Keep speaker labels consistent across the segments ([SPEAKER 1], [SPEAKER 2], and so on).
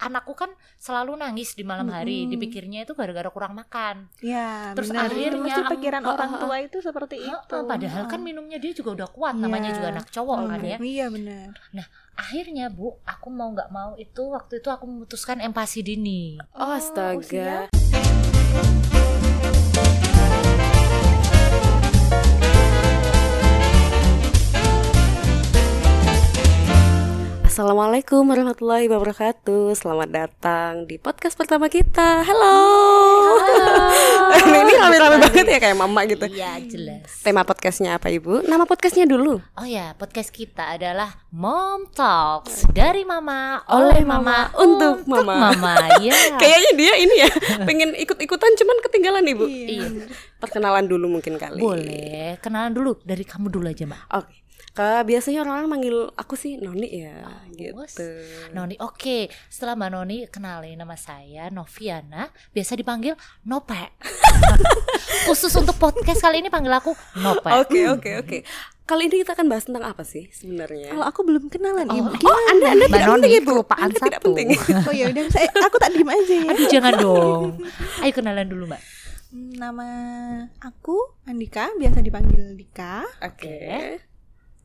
[SPEAKER 1] anakku kan selalu nangis di malam hari,
[SPEAKER 2] Mm-mm.
[SPEAKER 1] dipikirnya itu gara-gara kurang makan.
[SPEAKER 2] Ya,
[SPEAKER 1] Terus
[SPEAKER 2] benar.
[SPEAKER 1] akhirnya-
[SPEAKER 2] Itu pasti pikiran
[SPEAKER 3] Ah, ah,
[SPEAKER 2] orang
[SPEAKER 3] ah.
[SPEAKER 2] tua itu seperti itu.
[SPEAKER 1] Heeh, padahal kan minumnya dia juga udah kuat, namanya
[SPEAKER 2] Gitu. Iya.
[SPEAKER 1] juga anak cowok kan ya.
[SPEAKER 2] Iya benar.
[SPEAKER 1] Akhirnya Bu, aku mau nggak mau itu waktu itu aku memutuskan empati dini.
[SPEAKER 3] Oh, astaga.
[SPEAKER 2] usia.
[SPEAKER 1] iya.
[SPEAKER 3] Assalamualaikum warahmatullahi wabarakatuh. Selamat datang di podcast pertama kita. Halo. Ini rame-rame banget ya kayak mama gitu.
[SPEAKER 1] Iya, jelas.
[SPEAKER 3] Tema podcastnya apa ibu? Nama podcastnya dulu.
[SPEAKER 1] Oh ya, podcast kita adalah Mom Talks dari Mama oleh
[SPEAKER 3] Oleh
[SPEAKER 1] Mama
[SPEAKER 3] Mama, untuk Mama.
[SPEAKER 1] Ya.
[SPEAKER 3] Kayaknya dia ini ya pengen ikut-ikutan cuman ketinggalan ibu.
[SPEAKER 1] Iya.
[SPEAKER 3] Perkenalan dulu mungkin kali.
[SPEAKER 1] Boleh, kenalan dulu dari kamu dulu aja, Mbak.
[SPEAKER 3] Oke. Ke- biasanya orang-orang manggil aku sih Noni ya gitu.
[SPEAKER 1] bos. Noni, oke. Setelah Mbak Noni kenalin nama saya Noviana, biasa dipanggil Nope. Khusus untuk podcast kali ini panggil aku Nope.
[SPEAKER 3] Oke oke oke. Kali ini kita akan bahas tentang apa sih sebenarnya?
[SPEAKER 2] Kalau aku belum kenalan, ya
[SPEAKER 1] Oh,
[SPEAKER 2] Ibu.
[SPEAKER 1] oke.
[SPEAKER 3] Oh, anda anda
[SPEAKER 1] Mbak
[SPEAKER 3] tidak
[SPEAKER 1] Noni
[SPEAKER 3] penting ibu.
[SPEAKER 1] kelupaan
[SPEAKER 3] anda tidak
[SPEAKER 1] satu.
[SPEAKER 3] penting.
[SPEAKER 2] Oh ya udah, saya aku tak diem aja ya.
[SPEAKER 1] Aduh, jangan dong. Ayo kenalan dulu, Mbak.
[SPEAKER 2] Hmm, Nama aku Andika, biasa dipanggil Dika.
[SPEAKER 1] ya.
[SPEAKER 3] Oke.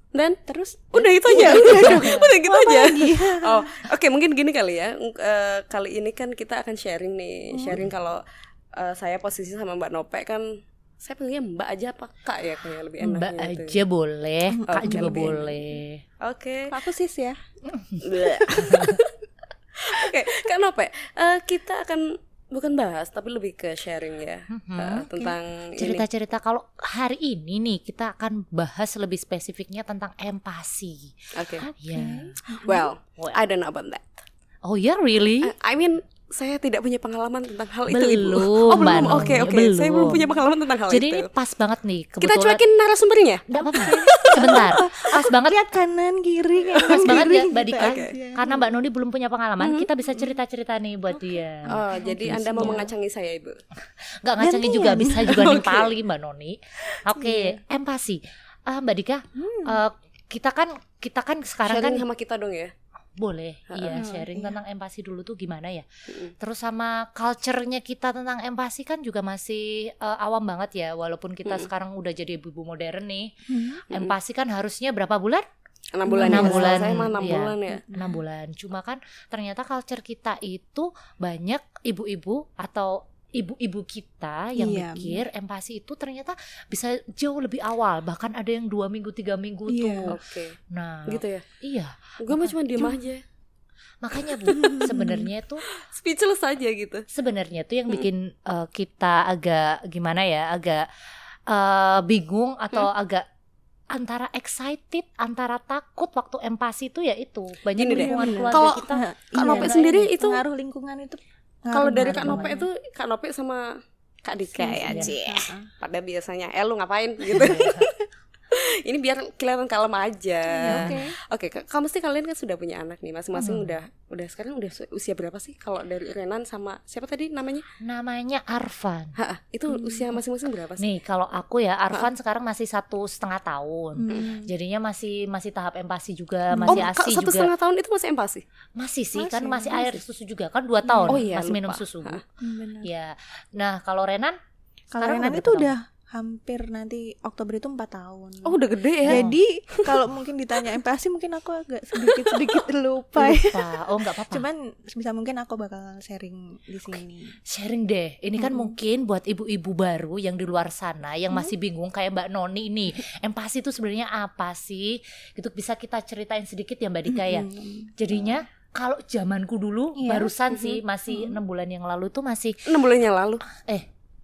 [SPEAKER 3] Dan
[SPEAKER 2] Terus
[SPEAKER 3] udah itu aja.
[SPEAKER 2] udah dong.
[SPEAKER 3] udah gitu
[SPEAKER 2] Apa
[SPEAKER 3] aja.
[SPEAKER 2] lagi?
[SPEAKER 3] Oh, oke mungkin gini kali ya. Ng- eh, kali ini kan kita akan sharing nih, sharing kalau eh, saya posisi sama Mbak Nope kan saya pilihnya Mbak aja apa Kak ya kayak lebih enak
[SPEAKER 1] Mbak aja boleh, Kak
[SPEAKER 3] oke,
[SPEAKER 1] juga
[SPEAKER 3] lebih enak.
[SPEAKER 1] boleh.
[SPEAKER 3] Oke.
[SPEAKER 2] Aku sis ya.
[SPEAKER 3] Bleh. Oke, Kak Nope, eh, kita akan bukan bahas tapi lebih ke sharing ya
[SPEAKER 1] Mhm.
[SPEAKER 3] eh, tentang ini.
[SPEAKER 1] Cerita-cerita kalau hari ini nih kita akan bahas lebih spesifiknya tentang empati.
[SPEAKER 3] Oke.
[SPEAKER 1] Ya.
[SPEAKER 3] Well,
[SPEAKER 1] Well.
[SPEAKER 3] I don't know about that.
[SPEAKER 1] Oh ya, really?
[SPEAKER 3] Eh, I mean, saya tidak punya pengalaman tentang hal itu, Ibu.
[SPEAKER 1] Belum,
[SPEAKER 3] Oh, belum.
[SPEAKER 1] Mbak
[SPEAKER 3] Oke,
[SPEAKER 1] Noni,
[SPEAKER 3] oke. Saya belum punya pengalaman tentang hal
[SPEAKER 1] Jadi
[SPEAKER 3] itu.
[SPEAKER 1] ini pas banget nih
[SPEAKER 3] Kita
[SPEAKER 1] kebetulan.
[SPEAKER 3] cuekin narasumbernya.
[SPEAKER 1] Nggak apa-apa. Sebentar. Pas banget
[SPEAKER 2] Lihat kanan kiri
[SPEAKER 1] Pas
[SPEAKER 2] kanan
[SPEAKER 1] banget
[SPEAKER 2] kiri. gitu
[SPEAKER 1] ya, Mbak Dika.
[SPEAKER 2] aja.
[SPEAKER 1] karena Mbak Noni belum punya pengalaman, kita bisa cerita-cerita nih buat dia.
[SPEAKER 3] Oh, jadi Anda mau mengacangi saya, Ibu.
[SPEAKER 1] Nggak ngacangin
[SPEAKER 2] Gantian.
[SPEAKER 1] juga bisa juga
[SPEAKER 3] Oke.
[SPEAKER 1] nimpali Mbak Noni. Oke, empati. Ah, Mbak Dika,
[SPEAKER 2] Hmm.
[SPEAKER 1] eh, kita kan kita kan sekarang
[SPEAKER 3] Sharing
[SPEAKER 1] kan
[SPEAKER 3] sama kita dong ya.
[SPEAKER 1] boleh iya
[SPEAKER 2] Heeh.
[SPEAKER 1] sharing
[SPEAKER 2] Iya.
[SPEAKER 1] tentang empati dulu tuh gimana ya.
[SPEAKER 3] Mm-mm.
[SPEAKER 1] Terus sama culture-nya kita tentang empati kan juga masih eh, awam banget ya walaupun kita
[SPEAKER 3] Mm-mm.
[SPEAKER 1] sekarang udah jadi ibu-ibu modern nih.
[SPEAKER 2] Hmm.
[SPEAKER 3] Mm-mm.
[SPEAKER 1] Empati kan harusnya berapa bulan?
[SPEAKER 3] Enam bulan
[SPEAKER 1] Enam
[SPEAKER 3] ya.
[SPEAKER 1] bulan,
[SPEAKER 3] Saya mah enam
[SPEAKER 1] iya.
[SPEAKER 3] bulan ya.
[SPEAKER 1] enam bulan. Cuma kan ternyata culture kita itu banyak ibu-ibu atau ibu-ibu kita yang
[SPEAKER 2] Iya.
[SPEAKER 1] mikir empati itu ternyata bisa jauh lebih awal. Bahkan ada yang dua minggu tiga minggu
[SPEAKER 2] Iya.
[SPEAKER 1] tuh.
[SPEAKER 3] Oke.
[SPEAKER 1] Nah,
[SPEAKER 3] Gitu ya.
[SPEAKER 1] iya
[SPEAKER 3] Gue mah cuma diem aja.
[SPEAKER 1] makanya bu sebenarnya itu
[SPEAKER 3] Speechless aja gitu.
[SPEAKER 1] sebenarnya tuh yang bikin eh, kita agak gimana ya agak eh, bingung
[SPEAKER 3] Mm.
[SPEAKER 1] atau agak antara excited antara takut waktu empati itu ya itu banyak
[SPEAKER 3] Gini deh, Iya.
[SPEAKER 1] lingkungan
[SPEAKER 2] bener.
[SPEAKER 1] keluarga
[SPEAKER 3] Kalau-
[SPEAKER 1] kita gitu.
[SPEAKER 3] Kak
[SPEAKER 2] Iya.
[SPEAKER 3] Nope sendiri itu
[SPEAKER 2] pengaruh lingkungan itu
[SPEAKER 3] kalau dari
[SPEAKER 2] ngaruh
[SPEAKER 3] Kak
[SPEAKER 2] banget.
[SPEAKER 3] Nope itu Kak Nope sama Kak Dika ya,
[SPEAKER 1] Iya.
[SPEAKER 3] Cie.
[SPEAKER 2] Heeh.
[SPEAKER 3] Pada biasanya, eh lu ngapain gitu. Ini biar kelihatan kalem aja.
[SPEAKER 2] Iya, Oke.
[SPEAKER 3] Oke, Kak, kamu sih kalian kan sudah punya anak nih, masing-masing
[SPEAKER 1] Hmm.
[SPEAKER 3] udah udah sekarang udah su- usia berapa sih kalau dari Renan sama siapa tadi namanya?
[SPEAKER 1] namanya Arfan
[SPEAKER 3] Ha, itu
[SPEAKER 2] Hmm.
[SPEAKER 3] usia masing-masing berapa sih?
[SPEAKER 1] Nih kalau aku ya Arfan sekarang masih satu setengah tahun.
[SPEAKER 2] Hmm.
[SPEAKER 1] Jadinya masih masih tahap empati juga,
[SPEAKER 2] Hmm.
[SPEAKER 1] masih
[SPEAKER 3] oh, Kak,
[SPEAKER 1] asi
[SPEAKER 3] satu
[SPEAKER 1] juga.
[SPEAKER 3] setengah tahun itu masih empasi.
[SPEAKER 1] Masih sih
[SPEAKER 2] Masih,
[SPEAKER 1] kan masih,
[SPEAKER 2] masih.
[SPEAKER 1] air susu juga kan dua tahun
[SPEAKER 3] Oh iya,
[SPEAKER 1] masih minum
[SPEAKER 3] lupa.
[SPEAKER 1] susu.
[SPEAKER 3] Hah.
[SPEAKER 2] Hmm, benar.
[SPEAKER 1] Ya. Nah, kalau Renan
[SPEAKER 2] Kalau
[SPEAKER 1] Sekarang
[SPEAKER 2] Renan
[SPEAKER 1] udah
[SPEAKER 2] itu
[SPEAKER 1] berapa
[SPEAKER 2] udah hampir nanti Oktober itu 4 tahun.
[SPEAKER 3] Oh, udah gede ya.
[SPEAKER 1] Iya.
[SPEAKER 2] Jadi kalau mungkin ditanya empati mungkin aku agak sedikit-sedikit lupa. ya.
[SPEAKER 1] lupa. Oh, nggak apa-apa.
[SPEAKER 2] Cuman sebisa mungkin aku bakal sharing di sini.
[SPEAKER 1] sharing deh. Ini kan
[SPEAKER 2] Mm-mm.
[SPEAKER 1] mungkin buat ibu-ibu baru yang di luar sana yang masih bingung kayak Mbak Noni ini. Empati itu sebenarnya apa sih? Itu bisa kita ceritain sedikit ya Mbak Dika ya.
[SPEAKER 2] Mm-mm.
[SPEAKER 1] Jadinya kalau zamanku dulu
[SPEAKER 2] Iya.
[SPEAKER 1] barusan
[SPEAKER 3] Mhm.
[SPEAKER 1] sih masih
[SPEAKER 2] Mhm.
[SPEAKER 1] enam bulan yang lalu tuh masih
[SPEAKER 3] Enam bulan yang lalu.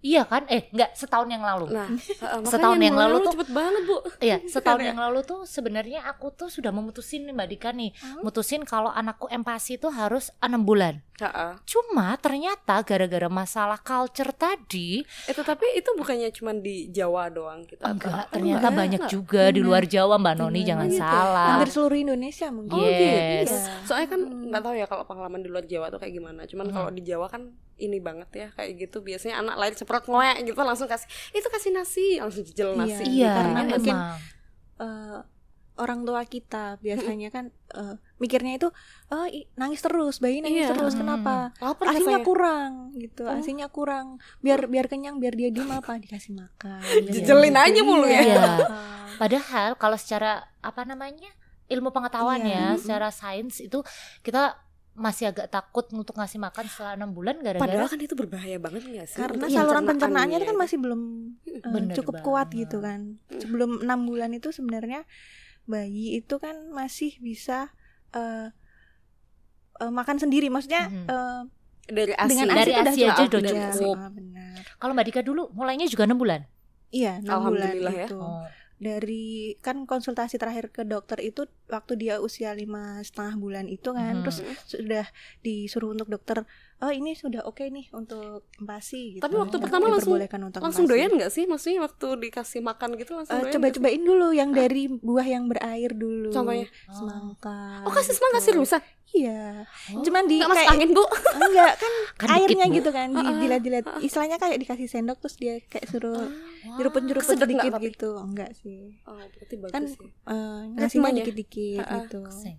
[SPEAKER 1] Iya kan? Eh, enggak, setahun yang lalu.
[SPEAKER 3] Nah, ha, makanya
[SPEAKER 1] Setahun yang
[SPEAKER 3] bulan
[SPEAKER 1] lalu tuh-
[SPEAKER 3] cepet banget, Bu.
[SPEAKER 1] Iya, setahun
[SPEAKER 3] Karena-
[SPEAKER 1] yang lalu tuh sebenarnya aku tuh sudah memutusin nih Mbak Dika nih,
[SPEAKER 2] Hmm?
[SPEAKER 1] mutusin kalau anakku empati itu harus enam bulan.
[SPEAKER 3] Ha, ha.
[SPEAKER 1] Cuma ternyata gara-gara masalah culture tadi,
[SPEAKER 3] Eh, tetapi itu bukannya cuma di Jawa doang kita.
[SPEAKER 1] enggak, Hmm. ternyata banyak juga di
[SPEAKER 2] Benar.
[SPEAKER 1] luar Jawa Mbak Noni,
[SPEAKER 2] Benar.
[SPEAKER 1] jangan
[SPEAKER 3] Gitu.
[SPEAKER 1] salah.
[SPEAKER 2] Hampir seluruh Indonesia
[SPEAKER 3] Oh,
[SPEAKER 2] mungkin.
[SPEAKER 1] Ah. Iya. Yes.
[SPEAKER 3] gitu.
[SPEAKER 2] Iya.
[SPEAKER 3] Soalnya kan
[SPEAKER 2] Hmm.
[SPEAKER 3] nggak tahu ya kalau pengalaman di luar Jawa tuh kayak gimana. Cuman
[SPEAKER 1] Hmm.
[SPEAKER 3] kalau di Jawa kan ini banget ya kayak gitu. Biasanya anak lain ceprot ngoek gitu langsung kasih itu kasih nasi, langsung jejel
[SPEAKER 2] Iya.
[SPEAKER 3] nasi.
[SPEAKER 1] Iya,
[SPEAKER 2] Karena mungkin-
[SPEAKER 1] emang.
[SPEAKER 2] Eh, orang tua kita biasanya kan eh, mikirnya itu oh i- nangis terus bayi nangis
[SPEAKER 3] Iya.
[SPEAKER 2] terus
[SPEAKER 1] Hmm.
[SPEAKER 2] kenapa
[SPEAKER 3] Lapar
[SPEAKER 2] asinya
[SPEAKER 3] rasanya.
[SPEAKER 2] kurang gitu
[SPEAKER 3] Oh.
[SPEAKER 2] asinya kurang biar biar kenyang biar dia diem apa dikasih makan
[SPEAKER 3] Jejelin
[SPEAKER 2] Iya.
[SPEAKER 3] aja mulu ya.
[SPEAKER 1] Iya.
[SPEAKER 2] Ah.
[SPEAKER 1] Padahal kalau secara apa namanya ilmu pengetahuan
[SPEAKER 2] Iya,
[SPEAKER 1] ya,
[SPEAKER 2] mm-mm.
[SPEAKER 1] secara sains itu kita masih agak takut untuk ngasih makan setelah enam bulan
[SPEAKER 3] Padahal
[SPEAKER 1] gara-gara
[SPEAKER 3] kan itu berbahaya banget nggak sih?
[SPEAKER 2] karena
[SPEAKER 3] untuk
[SPEAKER 1] Iya,
[SPEAKER 2] saluran pencernaannya
[SPEAKER 3] pencernaannya
[SPEAKER 2] itu kan masih belum eh,
[SPEAKER 1] Bener
[SPEAKER 2] cukup
[SPEAKER 1] banget.
[SPEAKER 2] kuat gitu kan sebelum enam bulan itu sebenarnya bayi itu kan masih bisa eh, eh, makan sendiri maksudnya
[SPEAKER 1] Mhm.
[SPEAKER 2] eh,
[SPEAKER 3] dari asi.
[SPEAKER 2] dengan
[SPEAKER 1] Dari
[SPEAKER 2] asi itu udah
[SPEAKER 1] asi aja
[SPEAKER 2] cukup.
[SPEAKER 1] udah
[SPEAKER 2] Iya,
[SPEAKER 1] cukup.
[SPEAKER 2] ah, benar
[SPEAKER 1] kalau Mbak Dika dulu mulainya juga enam bulan.
[SPEAKER 2] iya enam bulan
[SPEAKER 3] Alhamdulillah ya.
[SPEAKER 2] itu
[SPEAKER 1] Oh.
[SPEAKER 2] dari kan konsultasi terakhir ke dokter itu waktu dia usia lima setengah bulan itu
[SPEAKER 1] Mhm.
[SPEAKER 2] kan terus sudah disuruh untuk dokter oh ini sudah oke nih untuk empasi gitu.
[SPEAKER 3] Tapi waktu
[SPEAKER 2] Untuk
[SPEAKER 3] pertama langsung-
[SPEAKER 2] diperbolehkan untuk
[SPEAKER 3] Langsung
[SPEAKER 2] empasi.
[SPEAKER 3] doyan nggak sih? Maksudnya waktu dikasih makan gitu langsung
[SPEAKER 2] Eh,
[SPEAKER 3] doyan nggak sih?
[SPEAKER 2] coba-cobain dulu yang dari buah yang berair dulu.
[SPEAKER 3] Contohnya?
[SPEAKER 2] semangka.
[SPEAKER 3] Oh kasih semangka
[SPEAKER 2] gitu.
[SPEAKER 1] kan.
[SPEAKER 3] sih rusak.
[SPEAKER 2] Iya.
[SPEAKER 1] Oh,
[SPEAKER 2] Cuman di
[SPEAKER 3] Nggak masuk
[SPEAKER 2] kayak
[SPEAKER 3] angin bu.
[SPEAKER 2] enggak kan
[SPEAKER 1] Kan
[SPEAKER 2] airnya
[SPEAKER 1] dikit, Bu.
[SPEAKER 2] gitu kan
[SPEAKER 3] Ah, ah,
[SPEAKER 2] dijilat-jilat. Istilahnya kayak dikasih sendok terus dia kayak suruh
[SPEAKER 1] Wah.
[SPEAKER 2] jerupun-jerupun
[SPEAKER 3] Oh. Kesedot nggak,
[SPEAKER 2] sedikit
[SPEAKER 3] tapi?
[SPEAKER 2] gitu. Enggak sih.
[SPEAKER 3] Oh berarti bagus
[SPEAKER 2] Kan-
[SPEAKER 3] ya.
[SPEAKER 2] Eh,
[SPEAKER 3] Ritmenya.
[SPEAKER 2] ngasihnya dikit-dikit
[SPEAKER 3] Ah, ah,
[SPEAKER 2] gitu.
[SPEAKER 1] Seng.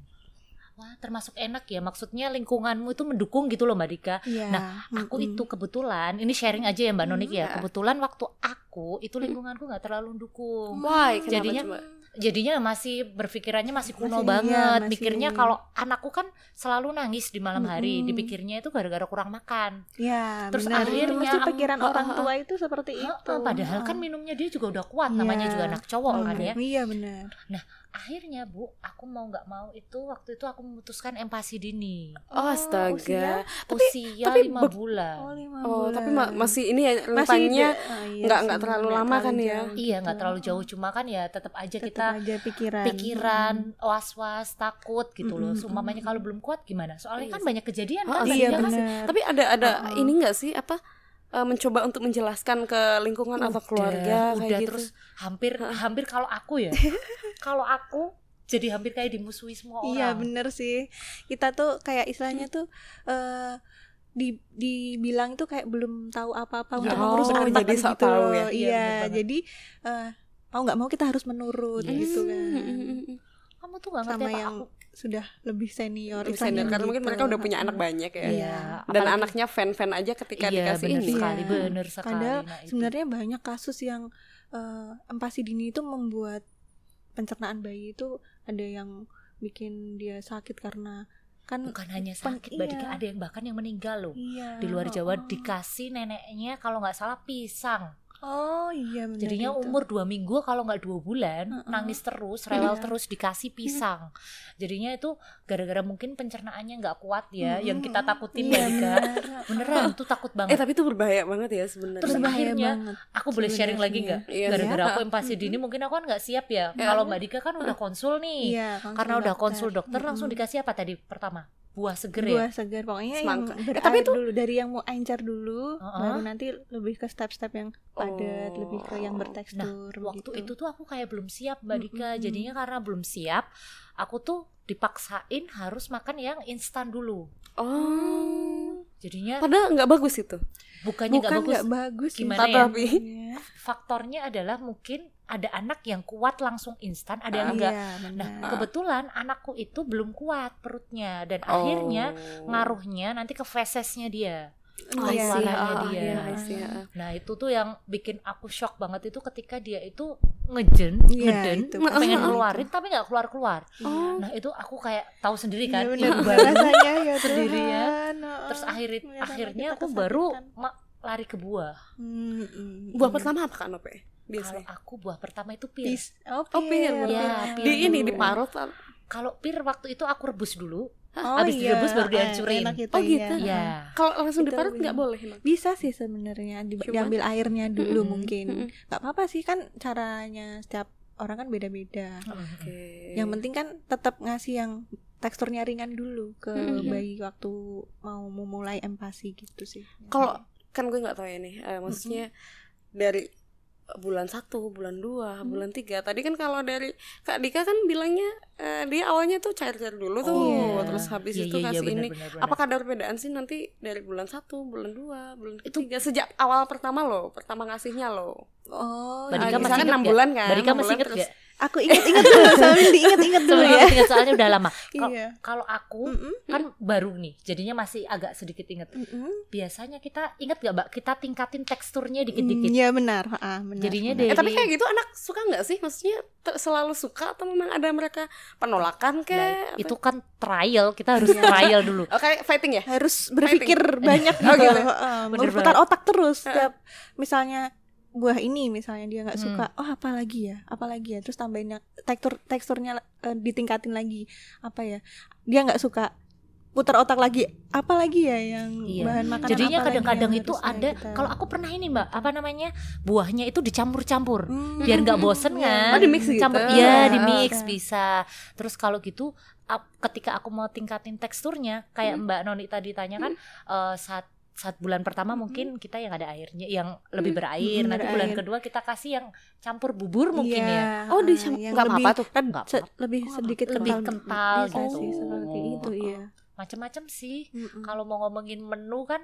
[SPEAKER 1] Wah, termasuk enak ya. Maksudnya lingkunganmu itu mendukung gitu loh, Mbak Dika.
[SPEAKER 2] Iya.
[SPEAKER 1] Aku
[SPEAKER 2] mm-mm.
[SPEAKER 1] itu kebetulan, ini sharing aja ya Mbak Nonik ya.
[SPEAKER 3] Iya.
[SPEAKER 1] Kebetulan waktu aku itu lingkunganku nggak terlalu mendukung.
[SPEAKER 3] Why? Kenapa
[SPEAKER 1] Jadinya
[SPEAKER 3] coba?
[SPEAKER 1] Jadinya masih berpikirannya masih kuno
[SPEAKER 2] Masih, iya,
[SPEAKER 1] banget.
[SPEAKER 2] masih.
[SPEAKER 1] Mikirnya kalau anakku kan selalu nangis di malam hari,
[SPEAKER 2] Mm-mm.
[SPEAKER 1] dipikirnya itu gara-gara kurang makan.
[SPEAKER 2] Iya,
[SPEAKER 1] Terus
[SPEAKER 2] benar. itu
[SPEAKER 1] akhirnya,
[SPEAKER 2] mesti pikiran
[SPEAKER 3] ah,
[SPEAKER 2] orang
[SPEAKER 3] ah,
[SPEAKER 2] tua itu seperti itu.
[SPEAKER 1] Heeh, padahal kan
[SPEAKER 2] Ah,
[SPEAKER 1] minumnya dia juga udah kuat,
[SPEAKER 2] Iya.
[SPEAKER 1] namanya juga anak cowok
[SPEAKER 2] ah,
[SPEAKER 1] kan ya.
[SPEAKER 2] Iya, benar.
[SPEAKER 1] Akhirnya Bu, aku mau nggak mau itu waktu itu aku memutuskan empati dini.
[SPEAKER 3] Oh
[SPEAKER 2] usia?
[SPEAKER 3] astaga.
[SPEAKER 1] Usia
[SPEAKER 3] tapi
[SPEAKER 1] lima
[SPEAKER 3] be-
[SPEAKER 1] bulan.
[SPEAKER 2] Oh, lima
[SPEAKER 3] Oh tapi ma-
[SPEAKER 2] bulan.
[SPEAKER 3] masih ini ya
[SPEAKER 2] Masih
[SPEAKER 3] rentangnya
[SPEAKER 2] dia- ah, iya
[SPEAKER 3] nggak-
[SPEAKER 2] sih,
[SPEAKER 3] nggak terlalu lama kan
[SPEAKER 2] terlalu
[SPEAKER 3] ya?
[SPEAKER 2] jauh
[SPEAKER 1] Iya, nggak
[SPEAKER 2] gitu.
[SPEAKER 1] terlalu jauh cuma kan ya tetap
[SPEAKER 3] Iya,
[SPEAKER 1] aja
[SPEAKER 2] Tetep
[SPEAKER 1] kita
[SPEAKER 2] aja pikiran. Hmm.
[SPEAKER 1] pikiran was-was takut gitu loh.
[SPEAKER 2] Mm-mm,
[SPEAKER 1] Umpamanya
[SPEAKER 2] mm-mm.
[SPEAKER 1] kalau belum kuat gimana? Soalnya
[SPEAKER 3] Iya
[SPEAKER 1] kan
[SPEAKER 3] sih.
[SPEAKER 1] banyak kejadian
[SPEAKER 3] Oh,
[SPEAKER 1] kan
[SPEAKER 2] Mm.
[SPEAKER 1] Mbak
[SPEAKER 2] Iya
[SPEAKER 1] Dika kan?
[SPEAKER 2] benar.
[SPEAKER 3] Tapi ada ada
[SPEAKER 2] Uh-uh.
[SPEAKER 3] ini nggak sih apa eh, mencoba untuk menjelaskan ke lingkungan atau keluarga
[SPEAKER 1] udah
[SPEAKER 3] kayak gitu.
[SPEAKER 1] terus hampir
[SPEAKER 2] Ah.
[SPEAKER 1] hampir kalau aku ya. kalau aku jadi hampir kayak dimusuhi semua orang.
[SPEAKER 2] Iya bener sih. Kita tuh kayak istilahnya tuh eh di dibilang tuh kayak belum tahu apa-apa untuk
[SPEAKER 1] Oh,
[SPEAKER 2] mengurus anak
[SPEAKER 3] Ya, jadi sok
[SPEAKER 2] gitu
[SPEAKER 3] tahu
[SPEAKER 2] loh.
[SPEAKER 3] ya.
[SPEAKER 1] Iya,
[SPEAKER 2] Iya,
[SPEAKER 1] bener banget.
[SPEAKER 2] jadi eh, mau nggak mau kita harus menurut
[SPEAKER 3] Hmm,
[SPEAKER 1] Yes.
[SPEAKER 2] gitu kan.
[SPEAKER 1] Kamu tuh gak ngerti
[SPEAKER 2] Sama
[SPEAKER 1] apa
[SPEAKER 2] yang
[SPEAKER 1] aku.
[SPEAKER 2] Sudah lebih senior.
[SPEAKER 3] Lebih
[SPEAKER 2] istilahnya
[SPEAKER 3] senior, karena kan mungkin
[SPEAKER 2] gitu.
[SPEAKER 3] mereka udah punya anak banyak ya.
[SPEAKER 1] Iya.
[SPEAKER 3] Dan
[SPEAKER 1] apalagi-
[SPEAKER 3] anaknya fan-fan aja ketika
[SPEAKER 1] iya,
[SPEAKER 3] dikasih
[SPEAKER 1] bener
[SPEAKER 3] ini.
[SPEAKER 1] sekali,
[SPEAKER 2] Iya.
[SPEAKER 1] bener sekali.
[SPEAKER 2] Padahal
[SPEAKER 1] Nah, itu.
[SPEAKER 2] Sebenarnya banyak kasus yang eh, empasi dini itu membuat pencernaan bayi itu ada yang bikin dia sakit karena kan
[SPEAKER 1] bukan hanya
[SPEAKER 2] Pen-
[SPEAKER 1] sakit, Mbak Dika,
[SPEAKER 2] iya.
[SPEAKER 1] ada yang bahkan yang meninggal loh.
[SPEAKER 2] iya,
[SPEAKER 1] Di luar Jawa
[SPEAKER 2] oh, oh.
[SPEAKER 1] dikasih neneknya kalau nggak salah pisang.
[SPEAKER 2] Oh iya benar.
[SPEAKER 1] Jadinya
[SPEAKER 2] itu.
[SPEAKER 1] umur dua minggu kalau nggak dua bulan
[SPEAKER 2] Mm-mm.
[SPEAKER 1] nangis terus, rewel
[SPEAKER 2] Iya.
[SPEAKER 1] terus dikasih pisang. Jadinya itu gara-gara mungkin pencernaannya nggak kuat ya, yang kita takutin ya
[SPEAKER 2] Iya,
[SPEAKER 1] Dika.
[SPEAKER 2] benar.
[SPEAKER 1] Beneran itu takut
[SPEAKER 3] Eh
[SPEAKER 1] banget.
[SPEAKER 3] tapi itu berbahaya banget ya sebenarnya.
[SPEAKER 1] Terus
[SPEAKER 2] Berbahaya
[SPEAKER 1] akhirnya,
[SPEAKER 2] banget.
[SPEAKER 1] aku boleh sharing lagi nggak?
[SPEAKER 2] sebenarnya.
[SPEAKER 3] Iya,
[SPEAKER 1] Gara-gara
[SPEAKER 3] sih.
[SPEAKER 1] aku empasi dini mungkin aku kan nggak siap ya.
[SPEAKER 3] Iya.
[SPEAKER 1] Kalau Mbak Dika kan udah konsul nih.
[SPEAKER 2] Iya, konsul
[SPEAKER 1] Karena udah konsul dokter
[SPEAKER 2] Mm-mm.
[SPEAKER 1] langsung dikasih apa tadi pertama? Buah seger ya.
[SPEAKER 2] buah segar pokoknya
[SPEAKER 3] Semangka.
[SPEAKER 2] yang berair
[SPEAKER 3] tapi itu-
[SPEAKER 2] dulu dari yang mau encer dulu
[SPEAKER 1] Uh-uh.
[SPEAKER 2] baru nanti lebih ke step-step yang padat
[SPEAKER 3] Oh.
[SPEAKER 2] lebih ke yang bertekstur
[SPEAKER 1] Nah, Waktu itu
[SPEAKER 2] gitu.
[SPEAKER 1] tuh aku kayak belum siap Mbak Dika.
[SPEAKER 2] Mm-mm.
[SPEAKER 1] Jadinya karena belum siap, aku tuh dipaksain harus makan yang instan dulu.
[SPEAKER 3] Oh.
[SPEAKER 1] Jadinya
[SPEAKER 3] Padahal nggak bagus itu.
[SPEAKER 1] bukannya nggak
[SPEAKER 2] bukan
[SPEAKER 1] bagus
[SPEAKER 2] nggak bagus, sih
[SPEAKER 1] Gimana
[SPEAKER 3] ya? Tapi-
[SPEAKER 2] sebenarnya.
[SPEAKER 1] faktornya adalah mungkin ada anak yang kuat langsung instan ada yang
[SPEAKER 2] Iya,
[SPEAKER 1] enggak nah
[SPEAKER 2] benar.
[SPEAKER 1] kebetulan anakku itu belum kuat perutnya dan akhirnya
[SPEAKER 3] Oh.
[SPEAKER 1] ngaruhnya nanti ke fesesnya dia
[SPEAKER 3] Oh, I see.
[SPEAKER 1] pengeluarannya
[SPEAKER 3] Ah, ah,
[SPEAKER 1] dia.
[SPEAKER 3] iya, I see. Ah, ah.
[SPEAKER 1] nah itu tuh yang bikin aku shock banget itu ketika dia itu ngejen
[SPEAKER 2] Iya,
[SPEAKER 1] ngeden
[SPEAKER 2] itu.
[SPEAKER 1] pengen
[SPEAKER 3] Itu.
[SPEAKER 1] ngeluarin tapi nggak keluar keluar
[SPEAKER 3] Oh.
[SPEAKER 1] nah itu aku kayak tahu sendiri
[SPEAKER 2] Iya
[SPEAKER 1] kan
[SPEAKER 2] benar
[SPEAKER 1] yang baru.
[SPEAKER 2] rasanya ya
[SPEAKER 1] Sendirian.
[SPEAKER 2] Tuhan. Oh,
[SPEAKER 1] terus
[SPEAKER 2] oh.
[SPEAKER 1] akhir
[SPEAKER 2] Melihat anak
[SPEAKER 1] akhirnya
[SPEAKER 2] kita
[SPEAKER 1] aku baru
[SPEAKER 2] kesakitan.
[SPEAKER 1] ma- lari ke buah
[SPEAKER 2] Hmm, hmm,
[SPEAKER 3] Buah
[SPEAKER 2] hmm.
[SPEAKER 3] pertama apa Kak Nope?
[SPEAKER 1] kalau
[SPEAKER 3] Biasanya.
[SPEAKER 1] aku buah pertama itu pir
[SPEAKER 2] Iya Pis. Oh,
[SPEAKER 3] Oh, pir,
[SPEAKER 2] pir.
[SPEAKER 1] Iya,
[SPEAKER 2] Pir.
[SPEAKER 3] Di ini
[SPEAKER 1] dulu.
[SPEAKER 3] di parut atau-
[SPEAKER 1] kalau pir waktu itu aku rebus dulu
[SPEAKER 2] Oh,
[SPEAKER 1] Abis
[SPEAKER 2] iya.
[SPEAKER 1] direbus baru
[SPEAKER 2] Ah,
[SPEAKER 1] dihancurin.
[SPEAKER 2] enak gitu,
[SPEAKER 3] Oh, gitu.
[SPEAKER 2] iya.
[SPEAKER 1] ya
[SPEAKER 3] Kalau langsung
[SPEAKER 2] Itu
[SPEAKER 3] diparut nggak
[SPEAKER 2] lebih-
[SPEAKER 3] boleh emang.
[SPEAKER 2] Bisa sih sebenarnya di-
[SPEAKER 3] Cuman-
[SPEAKER 2] diambil airnya dulu
[SPEAKER 1] Mm-mm,
[SPEAKER 2] mungkin.
[SPEAKER 3] mm-mm.
[SPEAKER 2] nggak apa-apa sih kan caranya setiap orang kan beda-beda.
[SPEAKER 1] Oke.
[SPEAKER 2] Yang penting kan tetap ngasih yang teksturnya ringan dulu ke
[SPEAKER 3] Mm-mm.
[SPEAKER 2] bayi waktu mau memulai empasi gitu sih.
[SPEAKER 3] kalau kan gue nggak tahu ya nih eh, maksudnya dari eh, bulan satu bulan dua
[SPEAKER 2] Mm.
[SPEAKER 3] bulan tiga tadi kan kalau dari kak Dika kan bilangnya eh, dia awalnya tuh cair cair dulu tuh
[SPEAKER 2] Oh,
[SPEAKER 3] terus habis
[SPEAKER 1] Iya,
[SPEAKER 3] itu
[SPEAKER 1] iya, iya,
[SPEAKER 3] kasih
[SPEAKER 1] benar,
[SPEAKER 3] ini
[SPEAKER 1] benar, benar.
[SPEAKER 3] apakah ada perbedaan sih nanti dari bulan satu bulan dua bulan ketiga sejak awal pertama loh pertama ngasihnya loh
[SPEAKER 2] Oh,
[SPEAKER 1] Mbak
[SPEAKER 3] Eh,
[SPEAKER 1] Dika
[SPEAKER 3] misalkan
[SPEAKER 1] masih ingat
[SPEAKER 2] iya
[SPEAKER 3] enam
[SPEAKER 1] nggak?
[SPEAKER 3] bulan kan ya?
[SPEAKER 1] Mbak Dika
[SPEAKER 3] enam
[SPEAKER 1] masih
[SPEAKER 3] bulan
[SPEAKER 1] inget
[SPEAKER 3] terus-
[SPEAKER 1] gak?
[SPEAKER 2] Aku inget-inget dulu, sambil diinget-inget dulu ya.
[SPEAKER 1] Soalnya ingat soalnya udah lama. Kok-
[SPEAKER 2] Iya.
[SPEAKER 1] Kalau aku
[SPEAKER 2] Mm-mm,
[SPEAKER 3] Hmm.
[SPEAKER 1] kan baru nih, jadinya masih agak sedikit inget.
[SPEAKER 2] mm-mm.
[SPEAKER 1] Biasanya kita inget gak, Mbak? Kita tingkatin teksturnya dikit-dikit.
[SPEAKER 2] Iya benar, ah, benar.
[SPEAKER 1] Jadinya
[SPEAKER 2] benar.
[SPEAKER 1] dari
[SPEAKER 3] Eh, tapi kayak gitu anak suka nggak sih? Maksudnya ter- selalu suka atau memang ada mereka penolakan
[SPEAKER 1] Nah,
[SPEAKER 3] kayak
[SPEAKER 1] itu kan trial, kita harus trial dulu.
[SPEAKER 3] Oh, kayak fighting ya?
[SPEAKER 2] harus berpikir banyak
[SPEAKER 3] Oh,
[SPEAKER 2] gitu,
[SPEAKER 3] gitu.
[SPEAKER 2] Heeh,
[SPEAKER 1] Bener
[SPEAKER 2] berputar otak terus. Setiap misalnya buah ini misalnya dia nggak
[SPEAKER 1] Hmm.
[SPEAKER 2] suka, oh apa lagi ya, apa lagi ya, terus tambahin yang- tekstur teksturnya eh, ditingkatin lagi, apa ya, dia nggak suka, putar otak lagi, apa lagi ya yang
[SPEAKER 1] Iya.
[SPEAKER 2] bahan makanan.
[SPEAKER 1] Jadinya
[SPEAKER 2] apa lagi
[SPEAKER 1] kadang-kadang
[SPEAKER 2] yang
[SPEAKER 1] itu
[SPEAKER 2] gitu? harusnya
[SPEAKER 1] ada
[SPEAKER 2] kita-
[SPEAKER 1] kalau aku pernah ini Mbak, apa namanya? buahnya itu dicampur-campur.
[SPEAKER 2] Hmm.
[SPEAKER 1] Biar nggak bosen kan?
[SPEAKER 3] Oh, di mix gitu.
[SPEAKER 1] Campur iya, di
[SPEAKER 3] Ah,
[SPEAKER 1] mix
[SPEAKER 2] oke.
[SPEAKER 1] bisa. Terus kalau gitu ap- ketika aku mau tingkatin teksturnya kayak
[SPEAKER 2] Hmm.
[SPEAKER 1] Mbak Noni tadi tanya kan eh, saat saat bulan pertama mungkin kita yang ada airnya yang lebih berair. Nanti
[SPEAKER 2] Mm, Hmm. berair.
[SPEAKER 1] bulan kedua kita kasih yang campur bubur mungkin
[SPEAKER 2] Iya,
[SPEAKER 1] ya.
[SPEAKER 3] Oh,
[SPEAKER 2] ah,
[SPEAKER 3] di sam-
[SPEAKER 2] yang
[SPEAKER 3] nggak
[SPEAKER 2] lebih-
[SPEAKER 3] apa-apa tuh.
[SPEAKER 2] kan
[SPEAKER 1] Nggak
[SPEAKER 2] se- lebih
[SPEAKER 3] apa-apa.
[SPEAKER 2] sedikit
[SPEAKER 1] Lebih kental
[SPEAKER 2] bisa
[SPEAKER 1] gitu.
[SPEAKER 2] sih seperti itu iya
[SPEAKER 1] Macam-macam sih.
[SPEAKER 2] Mm-mm.
[SPEAKER 1] Kalau mau ngomongin menu kan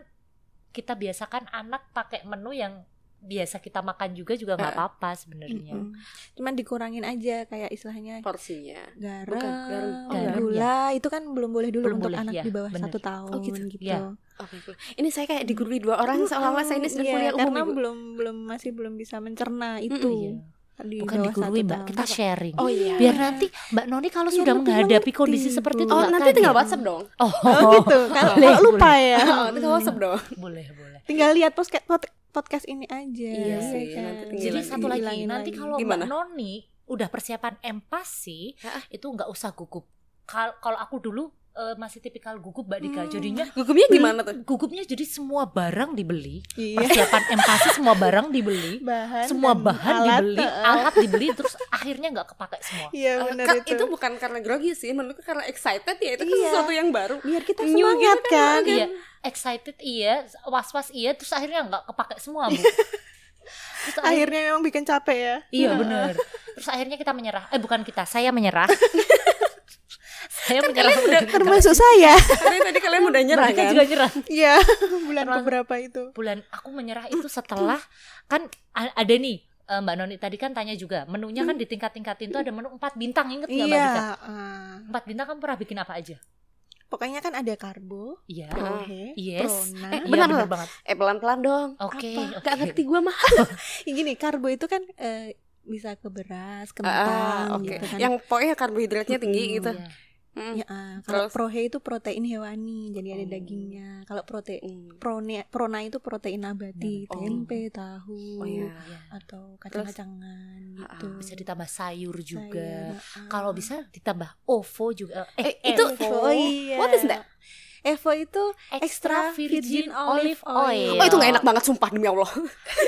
[SPEAKER 1] kita biasakan anak pakai menu yang biasa kita makan juga juga nggak
[SPEAKER 3] Eh.
[SPEAKER 1] apa-apa sebenarnya.
[SPEAKER 2] Mm-mm. cuman dikurangin aja kayak istilahnya
[SPEAKER 3] Porsinya.
[SPEAKER 2] garam,
[SPEAKER 3] Bukan, garam.
[SPEAKER 1] Oh, garam,
[SPEAKER 2] gula itu kan belum boleh dulu
[SPEAKER 1] Belum
[SPEAKER 2] untuk
[SPEAKER 1] boleh,
[SPEAKER 2] anak
[SPEAKER 1] ya,
[SPEAKER 2] di bawah
[SPEAKER 1] bener.
[SPEAKER 2] satu tahun
[SPEAKER 3] Oh, gitu.
[SPEAKER 2] gitu,
[SPEAKER 1] Ya.
[SPEAKER 3] Oke. Ini saya kayak digurui dua orang seolah-olah saya ini sedang
[SPEAKER 2] Iya,
[SPEAKER 3] kuliah umum gitu.
[SPEAKER 2] karena
[SPEAKER 3] Ibu.
[SPEAKER 2] belum belum masih belum bisa mencerna
[SPEAKER 1] Iya.
[SPEAKER 2] itu di
[SPEAKER 1] Bukan
[SPEAKER 2] bawah
[SPEAKER 1] digurui
[SPEAKER 2] satu
[SPEAKER 1] mbak,
[SPEAKER 2] tahun.
[SPEAKER 1] kita sharing.
[SPEAKER 3] Oh iya.
[SPEAKER 1] Biar nanti mbak Noni kalau
[SPEAKER 2] Biar
[SPEAKER 1] sudah
[SPEAKER 2] lebih
[SPEAKER 1] menghadapi
[SPEAKER 2] mengerti,
[SPEAKER 1] kondisi seperti
[SPEAKER 2] Bu.
[SPEAKER 1] itu
[SPEAKER 3] Oh,
[SPEAKER 1] nggak
[SPEAKER 3] nanti tinggal
[SPEAKER 1] kaget.
[SPEAKER 3] WhatsApp dong.
[SPEAKER 1] Oh,
[SPEAKER 2] oh gitu kan
[SPEAKER 1] Boleh,
[SPEAKER 2] kalau lupa ya
[SPEAKER 3] Oh, tinggal WhatsApp dong.
[SPEAKER 1] boleh boleh.
[SPEAKER 2] tinggal lihat podcast podcast ini aja
[SPEAKER 3] Iya sih,
[SPEAKER 2] kan?
[SPEAKER 3] nanti tinggal
[SPEAKER 1] Jadi
[SPEAKER 3] Hilangin.
[SPEAKER 1] satu lagi
[SPEAKER 2] Hilangin
[SPEAKER 1] nanti
[SPEAKER 2] lagi.
[SPEAKER 1] kalau
[SPEAKER 3] Gimana?
[SPEAKER 1] mbak Noni udah persiapan empati
[SPEAKER 3] Hah?
[SPEAKER 1] itu nggak usah gugup. Kal- Kalau aku dulu eh, masih tipikal gugup mbak Dika,
[SPEAKER 2] Hmm.
[SPEAKER 1] jadinya
[SPEAKER 3] Gugumnya gimana tuh?
[SPEAKER 1] gugupnya jadi semua barang dibeli,
[SPEAKER 2] iya
[SPEAKER 1] persiapan empati semua barang dibeli.
[SPEAKER 2] bahan
[SPEAKER 1] semua
[SPEAKER 2] dan
[SPEAKER 1] bahan
[SPEAKER 2] alat,
[SPEAKER 1] dibeli,
[SPEAKER 2] eh.
[SPEAKER 1] alat dibeli terus akhirnya nggak kepake semua.
[SPEAKER 2] iya
[SPEAKER 3] Eh,
[SPEAKER 2] benar
[SPEAKER 3] Kak,
[SPEAKER 2] itu.
[SPEAKER 3] itu bukan karena grogi sih, menurutku karena excited ya. Itu kan
[SPEAKER 2] Iya.
[SPEAKER 3] sesuatu yang baru.
[SPEAKER 2] biar kita
[SPEAKER 3] New gitu
[SPEAKER 2] semangat kan,
[SPEAKER 3] kan.
[SPEAKER 1] Iya, excited iya, was-was iya, terus akhirnya nggak kepake semua, Bu. Terus akhirnya
[SPEAKER 2] akhirnya memang bikin capek ya
[SPEAKER 1] iya bener Terus akhirnya kita menyerah. Eh bukan kita, saya menyerah. saya menyerah.
[SPEAKER 2] termasuk saya
[SPEAKER 3] Karena tadi kalian udah nyerah
[SPEAKER 1] Mereka
[SPEAKER 3] kan?
[SPEAKER 1] juga nyerah.
[SPEAKER 2] iya bulan
[SPEAKER 1] Termasuk-
[SPEAKER 2] keberapa itu
[SPEAKER 1] Bulan aku menyerah itu setelah kan a- ada nih eh, Mbak Noni tadi kan tanya juga menunya kan ditingkat-tingkatin tuh ada menu 4 bintang inget nggak Mbak Dika?
[SPEAKER 2] iya ah.
[SPEAKER 1] 4 bintang kamu pernah bikin apa aja?
[SPEAKER 2] pokoknya kan ada karbo
[SPEAKER 1] Iya.
[SPEAKER 3] Pro-
[SPEAKER 2] prohe
[SPEAKER 1] Yes.
[SPEAKER 2] prona
[SPEAKER 3] Ah, Eh,
[SPEAKER 1] Iya,
[SPEAKER 3] benar,
[SPEAKER 1] bener
[SPEAKER 3] benar.
[SPEAKER 1] banget.
[SPEAKER 3] Eh, pelan-pelan dong.
[SPEAKER 1] Oke,
[SPEAKER 2] Apa?
[SPEAKER 1] Eh, oke.
[SPEAKER 3] Gak ngerti gue mah.
[SPEAKER 2] Ya, gini karbo itu kan eh, bisa ke beras ke
[SPEAKER 3] Ah,
[SPEAKER 2] kentang
[SPEAKER 3] oke.
[SPEAKER 2] gitu kan
[SPEAKER 3] Yang pokoknya karbohidratnya tinggi
[SPEAKER 2] Mm,
[SPEAKER 3] gitu.
[SPEAKER 1] Iya.
[SPEAKER 3] Hmm.
[SPEAKER 2] Ya, ah. kalau
[SPEAKER 3] Terus?
[SPEAKER 2] prohe itu protein hewani jadi ada
[SPEAKER 3] Oh.
[SPEAKER 2] dagingnya kalau protein
[SPEAKER 3] Hmm.
[SPEAKER 2] prone, prona itu protein nabati
[SPEAKER 1] Nabati.
[SPEAKER 3] Oh.
[SPEAKER 2] tempe tahu
[SPEAKER 3] Oh iya.
[SPEAKER 1] Iya.
[SPEAKER 2] atau kacang-kacangan
[SPEAKER 3] Ah, ah.
[SPEAKER 2] gitu
[SPEAKER 1] Bisa ditambah sayur juga.
[SPEAKER 2] Sayur, ah.
[SPEAKER 1] Kalau bisa ditambah OVO juga. Eh,
[SPEAKER 3] Eh, itu-
[SPEAKER 1] EVO.
[SPEAKER 2] Oh iya.
[SPEAKER 3] What is that?
[SPEAKER 2] Evo itu
[SPEAKER 1] extra virgin olive oil. Iya,
[SPEAKER 3] Oh itu gak enak banget sumpah demi Allah.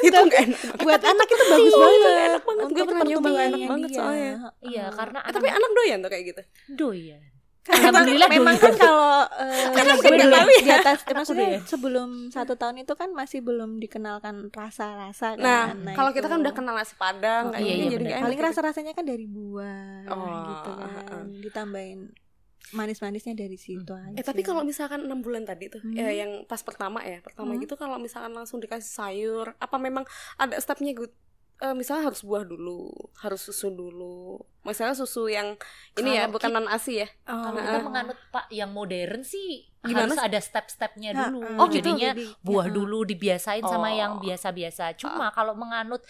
[SPEAKER 3] itu gak enak.
[SPEAKER 2] Buat anak itu bagus banget.
[SPEAKER 3] Iya, enak banget.
[SPEAKER 2] Untuk
[SPEAKER 3] Gue pernah nyoba,
[SPEAKER 2] pertumbuhannya
[SPEAKER 3] enak banget
[SPEAKER 2] dia.
[SPEAKER 3] soalnya.
[SPEAKER 1] Iya, karena
[SPEAKER 3] Eh,
[SPEAKER 1] anak
[SPEAKER 3] tapi anak doyan tuh kayak gitu.
[SPEAKER 1] doyan.
[SPEAKER 2] Karena
[SPEAKER 1] iya. Alhamdulillah iya.
[SPEAKER 2] memang
[SPEAKER 1] doyan.
[SPEAKER 2] kan kalau eh,
[SPEAKER 3] Karena
[SPEAKER 2] anak
[SPEAKER 3] mungkin
[SPEAKER 2] gue
[SPEAKER 3] nggak
[SPEAKER 2] dulu
[SPEAKER 3] tahu
[SPEAKER 2] di atas eh, maksudnya
[SPEAKER 1] doyan.
[SPEAKER 2] sebelum satu tahun itu kan masih belum dikenalkan rasa-rasa kan.
[SPEAKER 3] Nah,
[SPEAKER 1] Nah,
[SPEAKER 3] kalau
[SPEAKER 2] itu.
[SPEAKER 3] kita kan udah kenal nasi
[SPEAKER 2] Oh,
[SPEAKER 3] padang, kayak
[SPEAKER 1] iya,
[SPEAKER 3] gini
[SPEAKER 1] iya,
[SPEAKER 3] jadi
[SPEAKER 1] benar.
[SPEAKER 3] kayak
[SPEAKER 2] paling
[SPEAKER 3] enak.
[SPEAKER 2] rasa-rasanya kan dari buah
[SPEAKER 3] Oh,
[SPEAKER 2] gitu kan.
[SPEAKER 3] ah, ah.
[SPEAKER 2] Ditambahin manis-manisnya dari situ aja.
[SPEAKER 3] Eh tapi kalau misalkan enam bulan tadi tuh,
[SPEAKER 2] Hmm.
[SPEAKER 3] ya yang pas pertama ya, pertama
[SPEAKER 2] Hmm.
[SPEAKER 3] gitu kalau misalkan langsung dikasih sayur, apa memang ada stepnya gitu? Eh, misalnya harus buah dulu, harus susu dulu. Misalnya susu yang ini ya,
[SPEAKER 1] Kalau
[SPEAKER 3] bukan
[SPEAKER 1] kita-
[SPEAKER 3] non ASI ya.
[SPEAKER 2] Oh.
[SPEAKER 1] Kalau kita menganut Pak yang modern sih
[SPEAKER 3] Gimana
[SPEAKER 1] harus ada step-stepnya
[SPEAKER 2] Nah,
[SPEAKER 1] dulu.
[SPEAKER 2] eh,
[SPEAKER 3] Oh, gitu.
[SPEAKER 1] Jadinya
[SPEAKER 2] jadi,
[SPEAKER 1] buah
[SPEAKER 2] ya, eh.
[SPEAKER 1] dulu dibiasain sama
[SPEAKER 3] Oh.
[SPEAKER 1] yang biasa-biasa. Cuma kalau menganut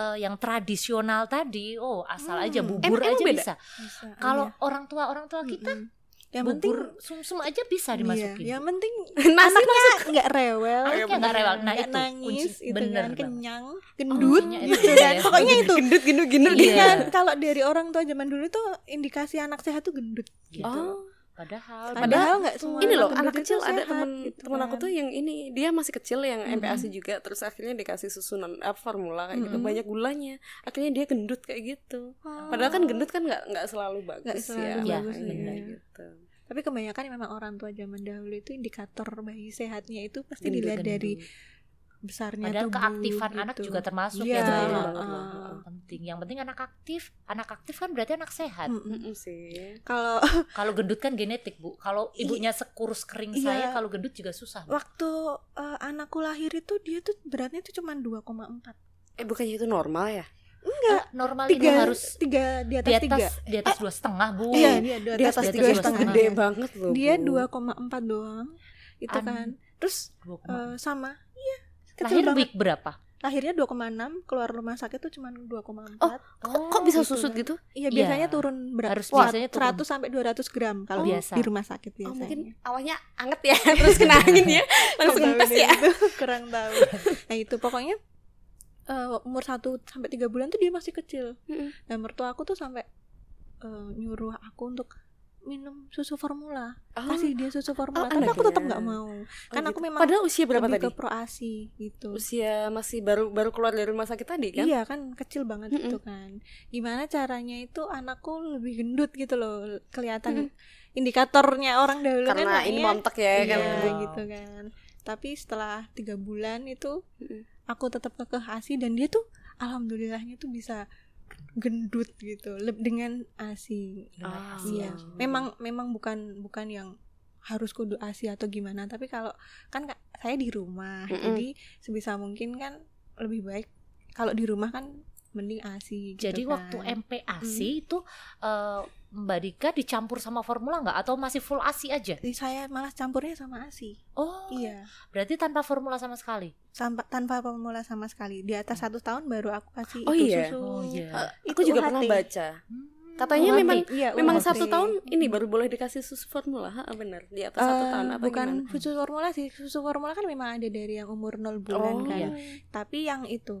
[SPEAKER 1] eh, yang tradisional tadi, oh asal aja
[SPEAKER 2] Hmm.
[SPEAKER 1] bubur
[SPEAKER 3] Em- emang
[SPEAKER 1] aja
[SPEAKER 3] beda?
[SPEAKER 1] bisa.
[SPEAKER 2] Bisa,
[SPEAKER 1] Kalau
[SPEAKER 2] iya.
[SPEAKER 1] orang tua orang tua kita
[SPEAKER 2] Mm-mm. yang penting
[SPEAKER 1] bubur sumsum aja bisa
[SPEAKER 2] Iya,
[SPEAKER 1] dimasukin.
[SPEAKER 2] yang penting
[SPEAKER 3] Nasi
[SPEAKER 2] anaknya nggak rewel,
[SPEAKER 3] Anaknya
[SPEAKER 2] Iya,
[SPEAKER 1] nggak rewel. Nah,
[SPEAKER 2] nggak
[SPEAKER 1] itu
[SPEAKER 2] nangis,
[SPEAKER 1] kunci.
[SPEAKER 2] itu
[SPEAKER 1] Bener
[SPEAKER 2] kan
[SPEAKER 1] banget.
[SPEAKER 2] kenyang, gendut,
[SPEAKER 1] kuncinya itu,
[SPEAKER 2] gitu kan.
[SPEAKER 1] iya.
[SPEAKER 2] Pokoknya itu.
[SPEAKER 3] ya? gendut gendut gendut
[SPEAKER 1] Iya.
[SPEAKER 3] gitu.
[SPEAKER 2] Dengan kalau dari orang tua zaman dulu tuh indikasi anak sehat tuh gendut.
[SPEAKER 1] Gitu.
[SPEAKER 3] Oh,
[SPEAKER 1] Padahal,
[SPEAKER 2] Padahal nggak semua anak
[SPEAKER 3] ini loh
[SPEAKER 2] gendut
[SPEAKER 3] anak
[SPEAKER 2] itu
[SPEAKER 3] kecil ada
[SPEAKER 2] sehat,
[SPEAKER 3] temen
[SPEAKER 2] gitu
[SPEAKER 3] temen aku
[SPEAKER 2] kan.
[SPEAKER 3] tuh yang ini dia masih kecil yang
[SPEAKER 2] Mm-mm.
[SPEAKER 3] MPASI juga terus akhirnya dikasih susunan apa formula kayak gitu
[SPEAKER 2] Mm-mm.
[SPEAKER 3] banyak gulanya akhirnya dia gendut kayak gitu
[SPEAKER 2] Oh.
[SPEAKER 3] padahal kan gendut kan nggak nggak selalu bagus
[SPEAKER 2] selalu
[SPEAKER 3] ya,
[SPEAKER 1] bagus,
[SPEAKER 3] makanya
[SPEAKER 1] iya.
[SPEAKER 3] gitu
[SPEAKER 2] Tapi kebanyakan memang orang tua zaman dahulu itu indikator bayi sehatnya itu pasti
[SPEAKER 3] Gendut,
[SPEAKER 2] dilihat dari
[SPEAKER 1] gendut.
[SPEAKER 2] besarnya
[SPEAKER 1] Padahal
[SPEAKER 2] tubuh,
[SPEAKER 1] keaktifan
[SPEAKER 2] gitu.
[SPEAKER 1] anak juga termasuk ya.
[SPEAKER 2] Iya,
[SPEAKER 3] itu
[SPEAKER 1] Mbak
[SPEAKER 3] penting
[SPEAKER 1] ya.
[SPEAKER 3] banget
[SPEAKER 2] ah.
[SPEAKER 3] loh.
[SPEAKER 1] Yang penting, yang penting anak aktif. Anak aktif kan berarti anak sehat.
[SPEAKER 2] Mm-mm.
[SPEAKER 3] Mm-mm sih
[SPEAKER 2] Kalau
[SPEAKER 1] Kalau gendut kan genetik bu. Kalau
[SPEAKER 2] I-
[SPEAKER 1] ibunya sekurus kering
[SPEAKER 2] Iya.
[SPEAKER 1] saya, kalau gendut juga susah. Bu.
[SPEAKER 2] waktu eh, anakku lahir itu dia tuh beratnya tuh cuma 2,4.
[SPEAKER 3] eh bukannya itu normal ya
[SPEAKER 2] Enggak.
[SPEAKER 1] Eh, normal
[SPEAKER 2] tiga
[SPEAKER 1] itu harus
[SPEAKER 2] tiga di atas,
[SPEAKER 1] di atas
[SPEAKER 2] tiga.
[SPEAKER 1] di atas dua setengah bu
[SPEAKER 2] Iya, dia
[SPEAKER 3] Di atas
[SPEAKER 1] atas
[SPEAKER 3] tiga
[SPEAKER 1] tiga
[SPEAKER 3] setengah
[SPEAKER 1] setengah.
[SPEAKER 3] gede banget loh.
[SPEAKER 2] Dia
[SPEAKER 3] Bu.
[SPEAKER 2] 2,4 doang. Itu
[SPEAKER 1] An-
[SPEAKER 2] kan. Terus
[SPEAKER 1] Dua koma-
[SPEAKER 2] eh, sama. Iya. Kecil
[SPEAKER 1] lahir
[SPEAKER 2] banget.
[SPEAKER 1] week berapa
[SPEAKER 2] Lahirnya 2,6, keluar rumah sakit tuh cuma 2,4.
[SPEAKER 3] Oh, Kok, kok bisa
[SPEAKER 2] gitu
[SPEAKER 3] susut
[SPEAKER 2] kan.
[SPEAKER 3] gitu?
[SPEAKER 2] Iya,
[SPEAKER 1] Iya.
[SPEAKER 2] biasanya turun berat.
[SPEAKER 1] Harus
[SPEAKER 2] Wah,
[SPEAKER 1] biasanya turun.
[SPEAKER 2] 100 sampai 200 gram
[SPEAKER 1] Oh,
[SPEAKER 2] kalau
[SPEAKER 1] biasa.
[SPEAKER 2] di rumah sakit biasanya.
[SPEAKER 3] Oh, mungkin awalnya anget ya, terus kena angin ya, langsung
[SPEAKER 2] Kurang
[SPEAKER 3] ngepes
[SPEAKER 2] tahu
[SPEAKER 3] ya.
[SPEAKER 2] deh itu, kurang tahu nah itu pokoknya eh, umur 1 sampai tiga bulan tuh dia masih kecil
[SPEAKER 3] Mm-mm.
[SPEAKER 2] dan mertua aku tuh sampai eh, nyuruh aku untuk minum susu formula
[SPEAKER 3] Oh,
[SPEAKER 2] kasih dia susu formula
[SPEAKER 3] Oh,
[SPEAKER 2] tapi aku tetap
[SPEAKER 3] anaknya.
[SPEAKER 2] nggak mau kan
[SPEAKER 3] gitu.
[SPEAKER 2] aku memang
[SPEAKER 3] Padahal usia berapa
[SPEAKER 2] lebih
[SPEAKER 3] tadi?
[SPEAKER 2] ke proasi gitu
[SPEAKER 3] Usia masih baru baru keluar dari rumah sakit tadi kan?
[SPEAKER 2] Iya kan kecil banget
[SPEAKER 3] Mm-mm.
[SPEAKER 2] gitu kan. Gimana caranya itu anakku lebih gendut gitu loh kelihatan indikatornya orang dahulu kan
[SPEAKER 3] Karena
[SPEAKER 2] makanya-
[SPEAKER 3] ini montek ya
[SPEAKER 2] iya,
[SPEAKER 3] kan.
[SPEAKER 2] gitu kan tapi setelah tiga bulan itu
[SPEAKER 3] Mm-mm.
[SPEAKER 2] aku tetap kekeh asi dan dia tuh alhamdulillahnya tuh bisa gendut gitu leb- dengan asi
[SPEAKER 1] Ah.
[SPEAKER 2] iya memang memang bukan bukan yang harus kudu asi atau gimana tapi kalau kan ka- saya di rumah
[SPEAKER 3] Mm-mm.
[SPEAKER 2] jadi sebisa mungkin kan lebih baik kalau di rumah kan mending asi gitu
[SPEAKER 1] jadi
[SPEAKER 2] kan. Hmm.
[SPEAKER 1] waktu MPAC itu eh, Mbak Dika dicampur sama formula nggak atau masih full ASI aja?
[SPEAKER 2] Jadi saya malah campurnya sama asi
[SPEAKER 1] Oh,
[SPEAKER 2] iya
[SPEAKER 1] berarti tanpa formula sama sekali.
[SPEAKER 2] tanpa tanpa pemula sama sekali di atas satu tahun baru aku kasih
[SPEAKER 3] Oh,
[SPEAKER 2] itu
[SPEAKER 3] iya?
[SPEAKER 2] susu
[SPEAKER 3] Eh,
[SPEAKER 2] Itu
[SPEAKER 3] aku
[SPEAKER 2] UHT.
[SPEAKER 3] juga pernah baca.
[SPEAKER 1] Hmm,
[SPEAKER 3] Katanya
[SPEAKER 1] berarti
[SPEAKER 3] memang
[SPEAKER 2] iya,
[SPEAKER 3] Memang
[SPEAKER 2] UHT.
[SPEAKER 3] satu tahun ini baru boleh dikasih susu formula, ha, bener di atas satu
[SPEAKER 2] Eh,
[SPEAKER 3] tahun apa
[SPEAKER 2] bukan
[SPEAKER 3] gimana?
[SPEAKER 2] susu formula sih susu formula kan memang ada dari yang umur 0
[SPEAKER 3] Oh,
[SPEAKER 2] bulan kan
[SPEAKER 1] iya.
[SPEAKER 3] Gitu.
[SPEAKER 2] tapi yang itu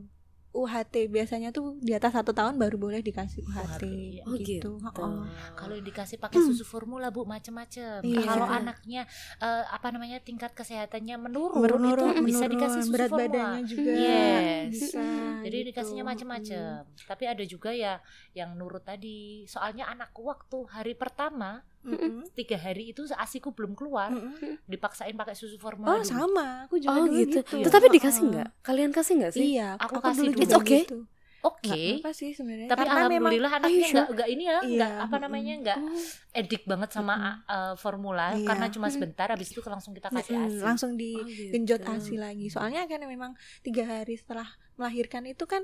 [SPEAKER 2] UHT biasanya tuh di atas satu tahun baru boleh dikasih UHT,
[SPEAKER 1] iya.
[SPEAKER 3] Oh,
[SPEAKER 2] gitu.
[SPEAKER 3] gitu.
[SPEAKER 2] Oh,
[SPEAKER 1] kalau dikasih pakai susu formula bu macem-macem.
[SPEAKER 2] Hmm. Iya.
[SPEAKER 1] Kalau anaknya eh, apa namanya tingkat kesehatannya menurun, Oh,
[SPEAKER 2] menurun
[SPEAKER 1] itu bisa dikasih susu
[SPEAKER 2] berat
[SPEAKER 1] formula.
[SPEAKER 2] badannya juga
[SPEAKER 1] Yes.
[SPEAKER 2] bisa.
[SPEAKER 1] Jadi
[SPEAKER 2] gitu.
[SPEAKER 1] dikasihnya macem-macem. Tapi ada juga ya yang nurut tadi. Soalnya anakku waktu hari pertama
[SPEAKER 2] Mm-mm.
[SPEAKER 1] tiga hari itu asiku belum keluar,
[SPEAKER 2] Mm-mm.
[SPEAKER 1] dipaksain pakai susu formula.
[SPEAKER 2] Hmm. Oh
[SPEAKER 1] dulu.
[SPEAKER 2] sama, aku juga
[SPEAKER 3] Oh
[SPEAKER 2] dulu
[SPEAKER 3] gitu.
[SPEAKER 2] gitu.
[SPEAKER 3] Tetapi dikasih
[SPEAKER 2] Oh, oh.
[SPEAKER 3] nggak? Kalian kasih nggak sih?
[SPEAKER 2] Iya,
[SPEAKER 1] Aku kasih
[SPEAKER 2] dulu
[SPEAKER 1] dulu.
[SPEAKER 2] juga
[SPEAKER 3] It's okay?
[SPEAKER 2] gitu.
[SPEAKER 1] Oke.
[SPEAKER 2] Nggak apa-apa sih sebenarnya.
[SPEAKER 1] Tapi
[SPEAKER 2] Karena memang-
[SPEAKER 1] alhamdulillah
[SPEAKER 3] Are
[SPEAKER 1] anaknya
[SPEAKER 3] you
[SPEAKER 1] nggak nggak ini ya,
[SPEAKER 2] Iya,
[SPEAKER 1] nggak apa
[SPEAKER 2] mm-mm.
[SPEAKER 1] namanya nggak
[SPEAKER 3] Oh,
[SPEAKER 1] edik banget sama
[SPEAKER 2] Mm-mm.
[SPEAKER 1] uh, formula
[SPEAKER 2] Iya.
[SPEAKER 1] karena cuma
[SPEAKER 3] Mm.
[SPEAKER 1] sebentar habis itu langsung kita kasih
[SPEAKER 2] Mm-mm,
[SPEAKER 1] ASI.
[SPEAKER 2] langsung
[SPEAKER 3] oh
[SPEAKER 2] digenjot
[SPEAKER 3] gitu.
[SPEAKER 2] asi lagi soalnya kan memang tiga hari setelah melahirkan itu kan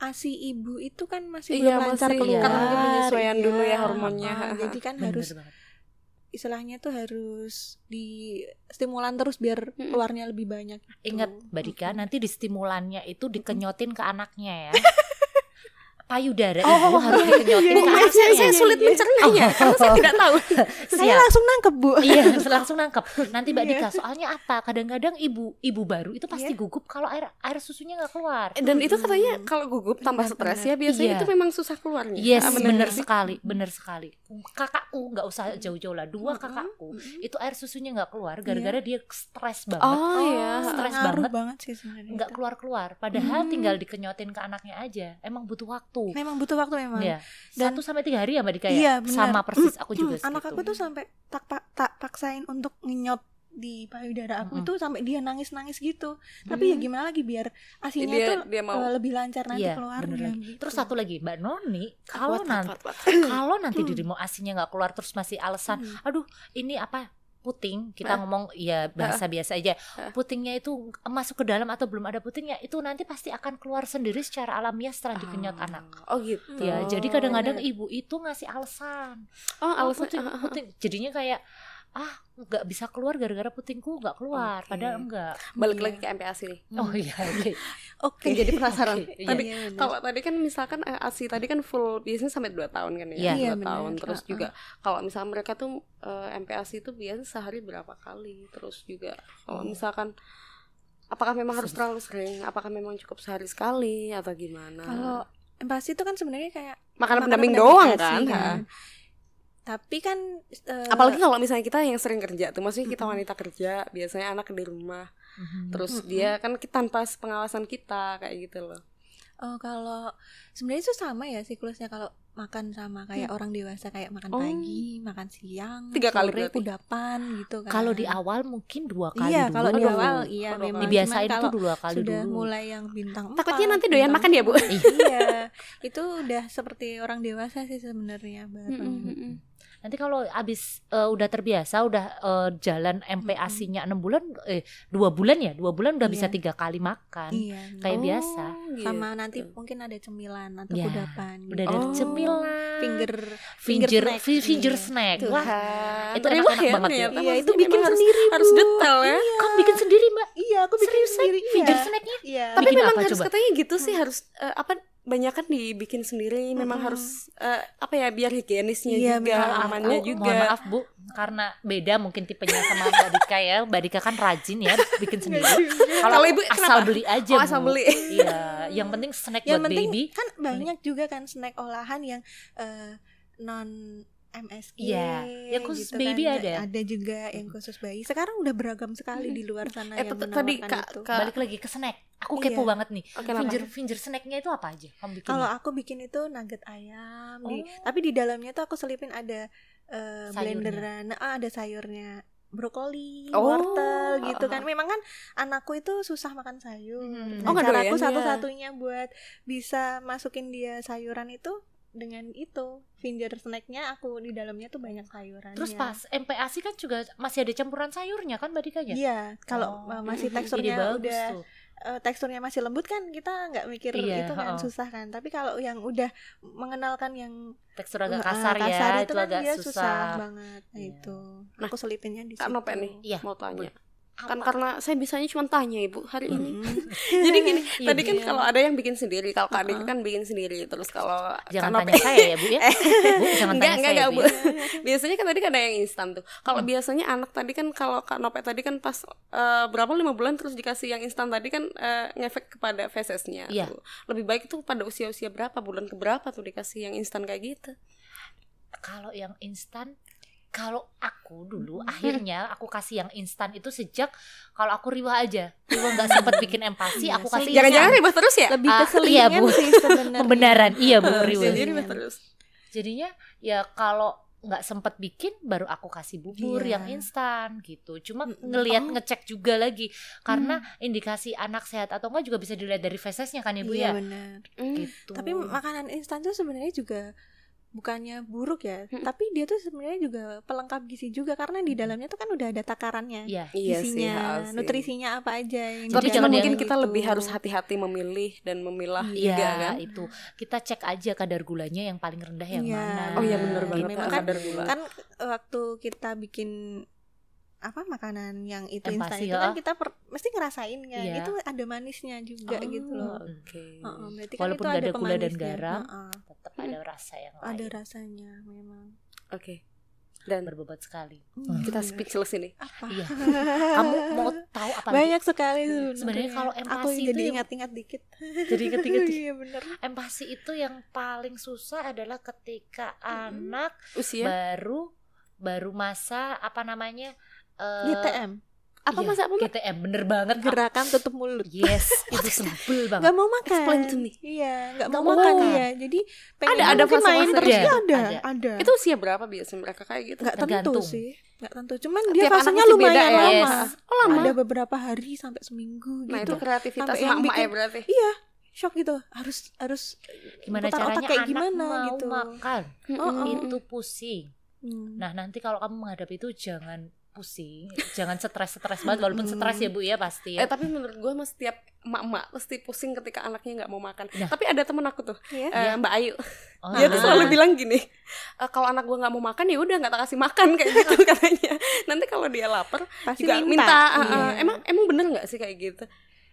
[SPEAKER 2] asi ibu itu kan masih
[SPEAKER 3] Iya,
[SPEAKER 2] belum lancar
[SPEAKER 3] masih-
[SPEAKER 2] keluar
[SPEAKER 1] karena mungkin
[SPEAKER 3] penyesuaian
[SPEAKER 2] Iya.
[SPEAKER 3] dulu ya hormonnya.
[SPEAKER 2] Ah, jadi kan
[SPEAKER 1] Bener
[SPEAKER 2] harus
[SPEAKER 1] banget.
[SPEAKER 2] istilahnya tuh harus di stimulan terus biar
[SPEAKER 3] Mm-mm.
[SPEAKER 2] keluarnya lebih banyak gitu.
[SPEAKER 1] Ingat Mbak Dika,
[SPEAKER 2] Mm-mm.
[SPEAKER 1] nanti di stimulannya itu dikenyotin ke anaknya ya. Payudara ibu harus
[SPEAKER 3] Bu,
[SPEAKER 1] dikenyotin ke
[SPEAKER 3] maaf, iya, saya,
[SPEAKER 1] anaknya.
[SPEAKER 3] saya sulit mencernanya karena saya tidak tahu.
[SPEAKER 2] saya
[SPEAKER 1] Siap.
[SPEAKER 2] langsung nangkep bu
[SPEAKER 1] Iya, langsung nangkep. Nanti Mbak
[SPEAKER 2] Iya.
[SPEAKER 1] Dika, soalnya apa? Kadang-kadang ibu ibu baru itu pasti
[SPEAKER 2] Iya.
[SPEAKER 1] gugup kalau air air susunya nggak keluar.
[SPEAKER 3] Dan itu katanya kalau gugup tambah
[SPEAKER 2] Benar-benar.
[SPEAKER 3] stres ya biasanya
[SPEAKER 1] Iya.
[SPEAKER 3] itu memang susah keluarnya.
[SPEAKER 1] Yes,
[SPEAKER 3] Ah,
[SPEAKER 1] bener
[SPEAKER 3] benar.
[SPEAKER 1] sekali, bener sekali. Kakakku nggak usah jauh-jauh lah, dua
[SPEAKER 2] Mm-mm.
[SPEAKER 1] kakakku
[SPEAKER 2] Mm-mm.
[SPEAKER 1] itu air susunya nggak keluar gara-gara dia stres banget,
[SPEAKER 3] Iya. Oh ya.
[SPEAKER 1] stres
[SPEAKER 2] ngaruh
[SPEAKER 1] banget.
[SPEAKER 2] banget sih sebenarnya
[SPEAKER 1] nggak
[SPEAKER 3] gitu.
[SPEAKER 2] itu.
[SPEAKER 1] keluar-keluar. Padahal
[SPEAKER 2] Hmm.
[SPEAKER 1] tinggal dikenyotin ke anaknya aja. Emang butuh waktu.
[SPEAKER 2] memang butuh waktu memang
[SPEAKER 1] Ya.
[SPEAKER 2] Dan-
[SPEAKER 1] Satu sampai tiga hari ya Mbak Dika ya?
[SPEAKER 2] Iya, benar.
[SPEAKER 1] Sama persis aku
[SPEAKER 2] Hmm,
[SPEAKER 1] juga
[SPEAKER 2] anak
[SPEAKER 1] segitu.
[SPEAKER 2] aku tuh sampai tak pa- tak paksain untuk ngenyot di payudara aku
[SPEAKER 1] Mm-mm.
[SPEAKER 2] itu sampai dia nangis nangis gitu
[SPEAKER 1] Hmm.
[SPEAKER 2] tapi ya gimana lagi biar asinya
[SPEAKER 3] Dia
[SPEAKER 2] tuh
[SPEAKER 3] dia mau.
[SPEAKER 2] eh, lebih lancar nanti
[SPEAKER 1] Iya,
[SPEAKER 2] keluarnya
[SPEAKER 1] bener lagi.
[SPEAKER 2] gitu.
[SPEAKER 1] Terus satu lagi Mbak Noni, kalau
[SPEAKER 3] Kuat, kuat,
[SPEAKER 1] nanti
[SPEAKER 3] kuat, kuat.
[SPEAKER 1] kalau nanti dirimu asinya nggak keluar terus masih alasan
[SPEAKER 2] Hmm.
[SPEAKER 1] aduh ini apa puting kita ngomong ya bahasa biasa aja putingnya itu masuk ke dalam atau belum ada putingnya itu nanti pasti akan keluar sendiri secara alamiah setelah dikenyot
[SPEAKER 3] Ah.
[SPEAKER 1] anak
[SPEAKER 3] Oh gitu.
[SPEAKER 1] ya jadi kadang-kadang ibu itu ngasih alasan
[SPEAKER 3] oh
[SPEAKER 1] "Ah,
[SPEAKER 3] alasan
[SPEAKER 1] puting, puting." jadinya kayak ah nggak bisa keluar gara-gara putingku nggak keluar
[SPEAKER 3] Oke.
[SPEAKER 1] padahal enggak
[SPEAKER 2] Iya.
[SPEAKER 3] balik lagi ke MPASI nih.
[SPEAKER 1] oh iya oke
[SPEAKER 2] oke
[SPEAKER 3] Kan jadi penasaran.
[SPEAKER 1] Oke, iya.
[SPEAKER 3] Tadi
[SPEAKER 2] Iya, bener.
[SPEAKER 3] kalau tadi kan misalkan eh, ASI tadi kan full biasanya sampai 2 tahun kan
[SPEAKER 1] Iya.
[SPEAKER 3] ya.
[SPEAKER 2] Iya,
[SPEAKER 3] dua
[SPEAKER 2] benar.
[SPEAKER 3] tahun terus
[SPEAKER 2] Ah,
[SPEAKER 3] juga kalau misalnya mereka tuh eh, MPASI itu biasanya sehari berapa kali terus juga
[SPEAKER 1] Oh.
[SPEAKER 3] kalau misalkan apakah memang harus terlalu sering apakah memang cukup sehari sekali atau gimana
[SPEAKER 2] kalau empasi itu kan sebenarnya kayak
[SPEAKER 3] makanan
[SPEAKER 2] makanan
[SPEAKER 3] pendamping doang
[SPEAKER 2] asi
[SPEAKER 3] kan,
[SPEAKER 1] iya.
[SPEAKER 3] ha.
[SPEAKER 2] tapi kan eh,
[SPEAKER 3] apalagi kalau misalnya kita yang sering kerja tuh maksudnya kita
[SPEAKER 2] Mm-mm.
[SPEAKER 3] wanita kerja biasanya anak di rumah
[SPEAKER 1] terus
[SPEAKER 3] terus
[SPEAKER 2] Mm-mm.
[SPEAKER 3] dia kan kita tanpa pengawasan kita kayak gitu loh
[SPEAKER 2] Oh, kalau sebenarnya itu sama ya siklusnya kalau makan sama kayak orang dewasa kayak makan
[SPEAKER 3] Hmm. Oh.
[SPEAKER 2] pagi, makan siang,
[SPEAKER 3] Tiga kali
[SPEAKER 2] sore,
[SPEAKER 3] berarti.
[SPEAKER 2] kudapan gitu kan.
[SPEAKER 1] kalau di awal mungkin dua kali
[SPEAKER 2] Iya,
[SPEAKER 1] dulu
[SPEAKER 2] kalau di
[SPEAKER 3] Aduh,
[SPEAKER 2] awal iya
[SPEAKER 3] aduh,
[SPEAKER 2] memang.
[SPEAKER 1] dibiasain
[SPEAKER 2] Cuman
[SPEAKER 1] itu
[SPEAKER 2] kalau
[SPEAKER 1] dua kali
[SPEAKER 2] sudah
[SPEAKER 1] dulu
[SPEAKER 2] mulai yang bintang.
[SPEAKER 3] takutnya
[SPEAKER 2] empat,
[SPEAKER 3] nanti doyan
[SPEAKER 2] bintang
[SPEAKER 3] makan ya bu
[SPEAKER 2] iya, itu udah seperti orang dewasa sih sebenarnya baru.
[SPEAKER 3] Mm-mm, mm-mm.
[SPEAKER 1] Nanti kalau abis eh, udah terbiasa, udah eh, jalan MPASI-nya enam bulan, eh dua bulan ya, dua bulan udah bisa
[SPEAKER 2] Iya.
[SPEAKER 1] tiga kali makan
[SPEAKER 2] Iya.
[SPEAKER 1] kayak
[SPEAKER 3] Oh,
[SPEAKER 1] biasa.
[SPEAKER 3] gitu.
[SPEAKER 2] Sama nanti mungkin ada cemilan atau
[SPEAKER 1] Ya,
[SPEAKER 2] kudapan. gitu.
[SPEAKER 1] Udah ada
[SPEAKER 3] Oh,
[SPEAKER 1] cemilan,
[SPEAKER 2] finger
[SPEAKER 1] finger,
[SPEAKER 2] finger
[SPEAKER 1] fi-
[SPEAKER 2] snack.
[SPEAKER 1] finger,
[SPEAKER 2] Iya.
[SPEAKER 1] snack. Wah,
[SPEAKER 3] Tuhan.
[SPEAKER 1] itu
[SPEAKER 3] Rewah
[SPEAKER 1] enak-enak
[SPEAKER 3] ya,
[SPEAKER 1] banget
[SPEAKER 3] ternyata.
[SPEAKER 2] Iya,
[SPEAKER 3] Maksudnya
[SPEAKER 2] itu bikin
[SPEAKER 3] memang harus-
[SPEAKER 2] sendiri.
[SPEAKER 3] harus
[SPEAKER 2] Bu.
[SPEAKER 3] detail ya.
[SPEAKER 1] kamu bikin sendiri mbak?
[SPEAKER 2] Iya, aku bikin
[SPEAKER 1] Serius
[SPEAKER 2] sendiri.
[SPEAKER 1] finger
[SPEAKER 2] iya.
[SPEAKER 1] snacknya?
[SPEAKER 2] Iya.
[SPEAKER 1] Tapi
[SPEAKER 3] tapi
[SPEAKER 1] Bikin
[SPEAKER 3] memang
[SPEAKER 1] apa
[SPEAKER 3] harus
[SPEAKER 1] coba?
[SPEAKER 3] katanya gitu sih harus eh, apa banyak kan dibikin sendiri memang
[SPEAKER 2] Mm-mm.
[SPEAKER 3] harus eh, apa ya biar higienisnya
[SPEAKER 2] Iya,
[SPEAKER 3] juga
[SPEAKER 2] benar.
[SPEAKER 3] amannya
[SPEAKER 1] Aku
[SPEAKER 3] juga
[SPEAKER 1] Mohon maaf bu, karena beda mungkin tipenya sama Mbak Dika ya. Mbak Dika kan rajin ya bikin
[SPEAKER 2] Iya
[SPEAKER 1] sendiri. Kalau
[SPEAKER 3] Kalau
[SPEAKER 1] ibu
[SPEAKER 3] ibu
[SPEAKER 1] asal
[SPEAKER 3] kenapa?
[SPEAKER 1] beli aja
[SPEAKER 3] Oh, asal
[SPEAKER 1] bu.
[SPEAKER 3] beli.
[SPEAKER 1] Iya, yang penting snack
[SPEAKER 2] yang
[SPEAKER 1] buat
[SPEAKER 2] penting
[SPEAKER 1] baby.
[SPEAKER 2] kan banyak juga kan snack olahan yang eh, non MSG
[SPEAKER 1] Iya, yang khusus
[SPEAKER 2] gitu
[SPEAKER 1] baby
[SPEAKER 2] kan.
[SPEAKER 1] ada.
[SPEAKER 2] ada juga yang khusus bayi sekarang udah beragam sekali di luar sana
[SPEAKER 3] eh
[SPEAKER 2] yang
[SPEAKER 3] tet- tadi
[SPEAKER 2] menawarkan
[SPEAKER 3] kak
[SPEAKER 2] itu.
[SPEAKER 3] kak
[SPEAKER 1] Balik lagi ke snack. Aku kepo
[SPEAKER 2] Iya.
[SPEAKER 1] banget nih.
[SPEAKER 3] oke kenapa?
[SPEAKER 1] Finger finger snacknya itu apa aja? Kamu bikin
[SPEAKER 2] kalau aku bikin itu nugget ayam di-
[SPEAKER 1] Oh.
[SPEAKER 2] tapi di dalamnya tuh aku selipin ada eh,
[SPEAKER 1] Sayurnya.
[SPEAKER 2] blenderan ah, ada sayurnya brokoli
[SPEAKER 3] Oh,
[SPEAKER 2] wortel gitu
[SPEAKER 3] ah,
[SPEAKER 2] kan memang kan anakku itu susah makan sayur
[SPEAKER 1] Hmm.
[SPEAKER 2] Nah,
[SPEAKER 1] Oh,
[SPEAKER 3] nggak
[SPEAKER 2] cara
[SPEAKER 3] doyan
[SPEAKER 2] aku
[SPEAKER 3] dia.
[SPEAKER 2] satu-satunya buat bisa masukin dia sayuran itu dengan itu finger snacknya aku di dalamnya tuh banyak sayuran
[SPEAKER 1] Terus pas MPASI kan juga masih ada campuran sayurnya kan Mbak Dika ya?
[SPEAKER 2] Iya, kalau
[SPEAKER 1] Oh.
[SPEAKER 2] uh, masih
[SPEAKER 1] Ide
[SPEAKER 2] teksturnya
[SPEAKER 1] bagus
[SPEAKER 2] udah
[SPEAKER 1] tuh.
[SPEAKER 2] uh, teksturnya masih lembut kan kita nggak mikir
[SPEAKER 1] Iya,
[SPEAKER 2] itu kan
[SPEAKER 1] heeh.
[SPEAKER 2] susah kan. Tapi kalau yang udah mengenalkan yang
[SPEAKER 1] Tekstur agak
[SPEAKER 2] uh,
[SPEAKER 1] kasar, ya,
[SPEAKER 2] kasar itu,
[SPEAKER 1] itu,
[SPEAKER 2] kan
[SPEAKER 1] agak
[SPEAKER 2] dia
[SPEAKER 1] susah.
[SPEAKER 2] banget. Nah,
[SPEAKER 1] Iya.
[SPEAKER 2] itu.
[SPEAKER 3] Nah,
[SPEAKER 2] Aku selipinnya di
[SPEAKER 3] kak
[SPEAKER 2] situ.
[SPEAKER 3] Nopet nih
[SPEAKER 1] Iya.
[SPEAKER 3] mau tanya
[SPEAKER 1] Apa?
[SPEAKER 3] kan karena saya bisanya cuma tanya ibu hari
[SPEAKER 1] Hmm.
[SPEAKER 3] ini
[SPEAKER 2] Mm-mm.
[SPEAKER 3] jadi gini
[SPEAKER 1] Iya,
[SPEAKER 3] tadi kan
[SPEAKER 1] iya.
[SPEAKER 3] kalau ada yang bikin sendiri kalau kak Dika
[SPEAKER 2] Uh-uh.
[SPEAKER 3] kan bikin sendiri terus kalau
[SPEAKER 1] Jangan
[SPEAKER 3] Kak Nopet-
[SPEAKER 1] tanya saya ya bu ya. Bu jangan
[SPEAKER 3] Enggak,
[SPEAKER 1] tanya
[SPEAKER 3] enggak,
[SPEAKER 1] saya Hmm.
[SPEAKER 3] enggak,
[SPEAKER 1] bu.
[SPEAKER 3] Bu.
[SPEAKER 1] ya.
[SPEAKER 3] biasanya kan tadi kan ada yang instan tuh. Kalau biasanya anak tadi kan kalau Kak Nope tadi kan pas eh, berapa lima bulan terus dikasih yang instan tadi kan eh, ngefek kepada fesesnya
[SPEAKER 1] Iya.
[SPEAKER 3] tuh. Lebih baik tuh pada usia-usia berapa bulan ke berapa tuh dikasih yang instan kayak gitu.
[SPEAKER 1] kalau yang instan kalau aku dulu akhirnya aku kasih yang instan itu sejak kalau aku riwa aja riwa nggak sempet bikin empati
[SPEAKER 2] Iya,
[SPEAKER 1] aku kasih
[SPEAKER 2] Iya.
[SPEAKER 3] Jangan-jangan
[SPEAKER 1] instan.
[SPEAKER 3] ribet terus ya?
[SPEAKER 2] Lebih
[SPEAKER 1] Ah,
[SPEAKER 2] ke
[SPEAKER 1] iya,
[SPEAKER 2] selingan
[SPEAKER 1] Bu.
[SPEAKER 2] sih sebenarnya.
[SPEAKER 1] pembenaran iya bu riwa
[SPEAKER 3] Jadi
[SPEAKER 2] Iya.
[SPEAKER 3] ribet terus.
[SPEAKER 1] jadinya ya kalau nggak sempet bikin baru aku kasih bubur
[SPEAKER 2] Iya.
[SPEAKER 1] yang instan gitu cuma
[SPEAKER 2] Mm-mm.
[SPEAKER 1] ngelihat
[SPEAKER 3] Oh.
[SPEAKER 1] ngecek juga lagi karena indikasi anak sehat atau enggak juga bisa dilihat dari fesesnya kan ibu
[SPEAKER 2] Iya,
[SPEAKER 1] ya
[SPEAKER 2] benar.
[SPEAKER 3] Hmm.
[SPEAKER 1] gitu
[SPEAKER 2] Tapi makanan instan tuh sebenarnya juga bukannya buruk ya,
[SPEAKER 3] Mm-mm.
[SPEAKER 2] tapi dia tuh sebenarnya juga pelengkap gizi juga karena di dalamnya tuh kan udah ada takarannya.
[SPEAKER 1] Iya.
[SPEAKER 3] Iya sih,
[SPEAKER 2] isinya,
[SPEAKER 3] ha, sih.
[SPEAKER 2] nutrisinya apa aja yang gitu.
[SPEAKER 1] Tapi
[SPEAKER 3] Tapi
[SPEAKER 1] jangan
[SPEAKER 3] cuma
[SPEAKER 1] yang
[SPEAKER 3] mungkin kita lebih harus hati-hati memilih dan memilah
[SPEAKER 1] Iya
[SPEAKER 3] juga kan.
[SPEAKER 1] itu kita cek aja kadar gulanya yang paling rendah yang
[SPEAKER 2] Iya.
[SPEAKER 1] mana. Gitu
[SPEAKER 3] Oh iya bener
[SPEAKER 2] Nah,
[SPEAKER 3] banget.
[SPEAKER 2] memang
[SPEAKER 3] Kak,
[SPEAKER 2] kan-
[SPEAKER 3] sadar gula.
[SPEAKER 2] Kan waktu kita bikin apa makanan yang itu instan
[SPEAKER 1] Empasi,
[SPEAKER 2] itu kan
[SPEAKER 1] heeh.
[SPEAKER 2] kita per- mesti ngerasain kan
[SPEAKER 1] oh. Iya.
[SPEAKER 2] itu ada manisnya juga
[SPEAKER 3] Oh,
[SPEAKER 2] gitu loh.
[SPEAKER 3] Oke.
[SPEAKER 2] Heeh, berarti
[SPEAKER 1] Walaupun
[SPEAKER 2] kan
[SPEAKER 1] nggak
[SPEAKER 2] itu
[SPEAKER 1] ada gula dan
[SPEAKER 2] pemanisnya.
[SPEAKER 1] garam,
[SPEAKER 2] Heeh,
[SPEAKER 1] tetap ada rasa yang
[SPEAKER 2] ada
[SPEAKER 1] lain.
[SPEAKER 2] rasanya memang.
[SPEAKER 3] Oke. Dan
[SPEAKER 1] Berbobot sekali.
[SPEAKER 2] Hmm,
[SPEAKER 3] kita
[SPEAKER 2] bener.
[SPEAKER 3] speechless ini.
[SPEAKER 2] apa?
[SPEAKER 1] Iya. Kamu mau tahu apa? lagi?
[SPEAKER 2] Banyak sekali sebenarnya.
[SPEAKER 1] Sebenarnya kalau
[SPEAKER 2] aku
[SPEAKER 1] empati itu
[SPEAKER 2] jadi
[SPEAKER 1] yang- Eh,
[SPEAKER 2] ingat-ingat dikit.
[SPEAKER 1] Jadi ketika
[SPEAKER 2] iya bener.
[SPEAKER 1] empati itu yang paling susah adalah ketika anak
[SPEAKER 3] Usia
[SPEAKER 1] baru baru masa apa namanya? eh,
[SPEAKER 2] GTM,
[SPEAKER 3] apa
[SPEAKER 1] iya,
[SPEAKER 3] masa apa? Mbak?
[SPEAKER 1] GTM bener banget.
[SPEAKER 2] gerakan tutup mulut.
[SPEAKER 1] Yes, itu sebel banget.
[SPEAKER 2] Gak mau makan.
[SPEAKER 3] Explain to me.
[SPEAKER 2] Iya, gak
[SPEAKER 1] Nggak
[SPEAKER 2] mau,
[SPEAKER 1] mau
[SPEAKER 2] makan
[SPEAKER 1] makan.
[SPEAKER 2] ya. Jadi pengen
[SPEAKER 3] Ada- ada
[SPEAKER 2] mungkin main
[SPEAKER 3] fase-fase.
[SPEAKER 2] terus
[SPEAKER 1] Ada,
[SPEAKER 2] dia ada,
[SPEAKER 1] ada.
[SPEAKER 2] ada.
[SPEAKER 3] Itu usia berapa biasanya mereka kayak gitu?
[SPEAKER 2] nggak tentu
[SPEAKER 1] tergantung.
[SPEAKER 2] sih, nggak tentu. Cuman dia
[SPEAKER 3] Tiap anak
[SPEAKER 2] fasenya
[SPEAKER 3] masih
[SPEAKER 2] lumayan
[SPEAKER 3] beda ya.
[SPEAKER 2] lama.
[SPEAKER 1] Yes.
[SPEAKER 3] Oh lama.
[SPEAKER 2] Ada beberapa hari sampai seminggu
[SPEAKER 3] Nah itu
[SPEAKER 2] gitu.
[SPEAKER 3] kreativitas
[SPEAKER 2] Sampai yang
[SPEAKER 3] emak-emak ya
[SPEAKER 2] bikin-
[SPEAKER 3] berarti.
[SPEAKER 2] Iya, shock gitu. Harus harus
[SPEAKER 1] Gimana
[SPEAKER 2] putar
[SPEAKER 1] caranya
[SPEAKER 2] otak kayak
[SPEAKER 1] anak
[SPEAKER 2] gimana
[SPEAKER 1] mau
[SPEAKER 2] gitu.
[SPEAKER 1] makan?
[SPEAKER 2] Oh, oh.
[SPEAKER 1] Itu pusing.
[SPEAKER 2] Hmm.
[SPEAKER 1] Nah nanti kalau kamu menghadapi itu jangan pusing, jangan stres-stres banget. Walaupun stres ya bu ya pasti. Ya.
[SPEAKER 3] Eh tapi menurut gue mas setiap emak-emak pasti pusing ketika anaknya nggak mau makan.
[SPEAKER 1] Nah.
[SPEAKER 3] Tapi ada temen aku tuh,
[SPEAKER 2] Iya.
[SPEAKER 3] eh, Mbak Ayu.
[SPEAKER 1] Oh,
[SPEAKER 3] Dia tuh
[SPEAKER 1] nah.
[SPEAKER 3] selalu bilang gini, "Eh, kalau anak gue nggak mau makan ya udah nggak tak kasih makan kayak gitu katanya. Nanti kalau dia lapar
[SPEAKER 2] Pasti
[SPEAKER 3] juga minta. ah, ah.
[SPEAKER 2] Iya.
[SPEAKER 3] Emang emang bener nggak sih kayak gitu?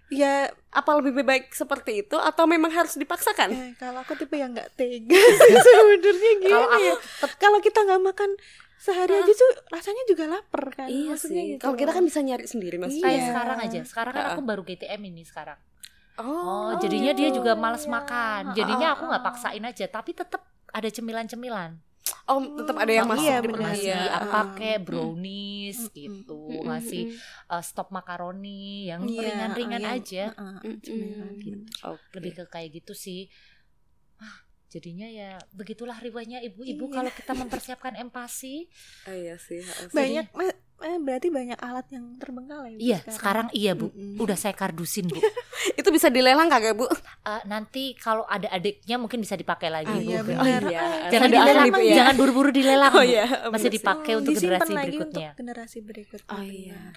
[SPEAKER 2] ya
[SPEAKER 3] Apa lebih baik seperti itu atau memang harus dipaksakan?
[SPEAKER 2] eh, kalau aku tipe yang nggak tega sebenarnya gini.
[SPEAKER 1] Kalau aku
[SPEAKER 2] ya. Kalau kita nggak makan sehari aja tuh rasanya juga lapar kan.
[SPEAKER 3] Iya
[SPEAKER 2] Maksudnya
[SPEAKER 3] sih.
[SPEAKER 2] gitu.
[SPEAKER 3] Kalau kita kan bisa nyari sendiri mas.
[SPEAKER 1] kayak
[SPEAKER 2] Iya.
[SPEAKER 1] sekarang aja. Sekarang kan
[SPEAKER 3] Ah.
[SPEAKER 1] aku baru GTM ini sekarang.
[SPEAKER 3] Oh, gitu.
[SPEAKER 1] Oh, jadinya dia juga males
[SPEAKER 2] Iya.
[SPEAKER 1] makan. Jadinya aku nggak paksain aja, tapi tetap ada cemilan-cemilan.
[SPEAKER 3] oh tetap ada yang
[SPEAKER 2] Iya,
[SPEAKER 3] masuk
[SPEAKER 1] Iya,
[SPEAKER 3] di perut
[SPEAKER 2] benar.
[SPEAKER 1] ngasih
[SPEAKER 3] dia.
[SPEAKER 2] Iya.
[SPEAKER 1] apa
[SPEAKER 3] Ah.
[SPEAKER 1] kayak brownies
[SPEAKER 2] Mm-mm.
[SPEAKER 1] gitu,
[SPEAKER 3] Mm-mm.
[SPEAKER 1] ngasih uh, stop makaroni yang
[SPEAKER 2] Iya,
[SPEAKER 1] ringan-ringan
[SPEAKER 2] yang-
[SPEAKER 1] aja.
[SPEAKER 2] Heeh,
[SPEAKER 3] Mm-mm.
[SPEAKER 2] cemilan gitu.
[SPEAKER 3] Oke.
[SPEAKER 1] lebih ke kayak gitu sih Ah, jadinya ya begitulah riwayatnya ibu-ibu
[SPEAKER 2] Iya.
[SPEAKER 1] kalau kita mempersiapkan empati
[SPEAKER 3] Ah, iya sih. harus.
[SPEAKER 2] banyak ma- eh, berarti banyak alat yang terbengkalai Bu,
[SPEAKER 1] Iya, sekarang iya bu.
[SPEAKER 2] Mm-mm.
[SPEAKER 1] Udah saya kardusin bu.
[SPEAKER 3] Itu bisa dilelang kagak bu?
[SPEAKER 1] Eh, nanti kalau ada adiknya mungkin bisa dipakai lagi
[SPEAKER 2] Ah,
[SPEAKER 1] bu.
[SPEAKER 2] iya,
[SPEAKER 1] Jangan
[SPEAKER 2] benar. Bener.
[SPEAKER 1] Jangan
[SPEAKER 2] Ada
[SPEAKER 1] dilelang,
[SPEAKER 2] anak, Bu, ya.
[SPEAKER 1] jangan buru-buru dilelang.
[SPEAKER 3] Oh
[SPEAKER 1] Bu.
[SPEAKER 3] iya.
[SPEAKER 1] Masih
[SPEAKER 3] bener sih.
[SPEAKER 1] dipakai untuk
[SPEAKER 2] Oh, Hmm, Disimpan
[SPEAKER 1] generasi
[SPEAKER 2] lagi
[SPEAKER 1] berikutnya.
[SPEAKER 2] untuk generasi berikutnya
[SPEAKER 3] Oh iya.
[SPEAKER 2] benar.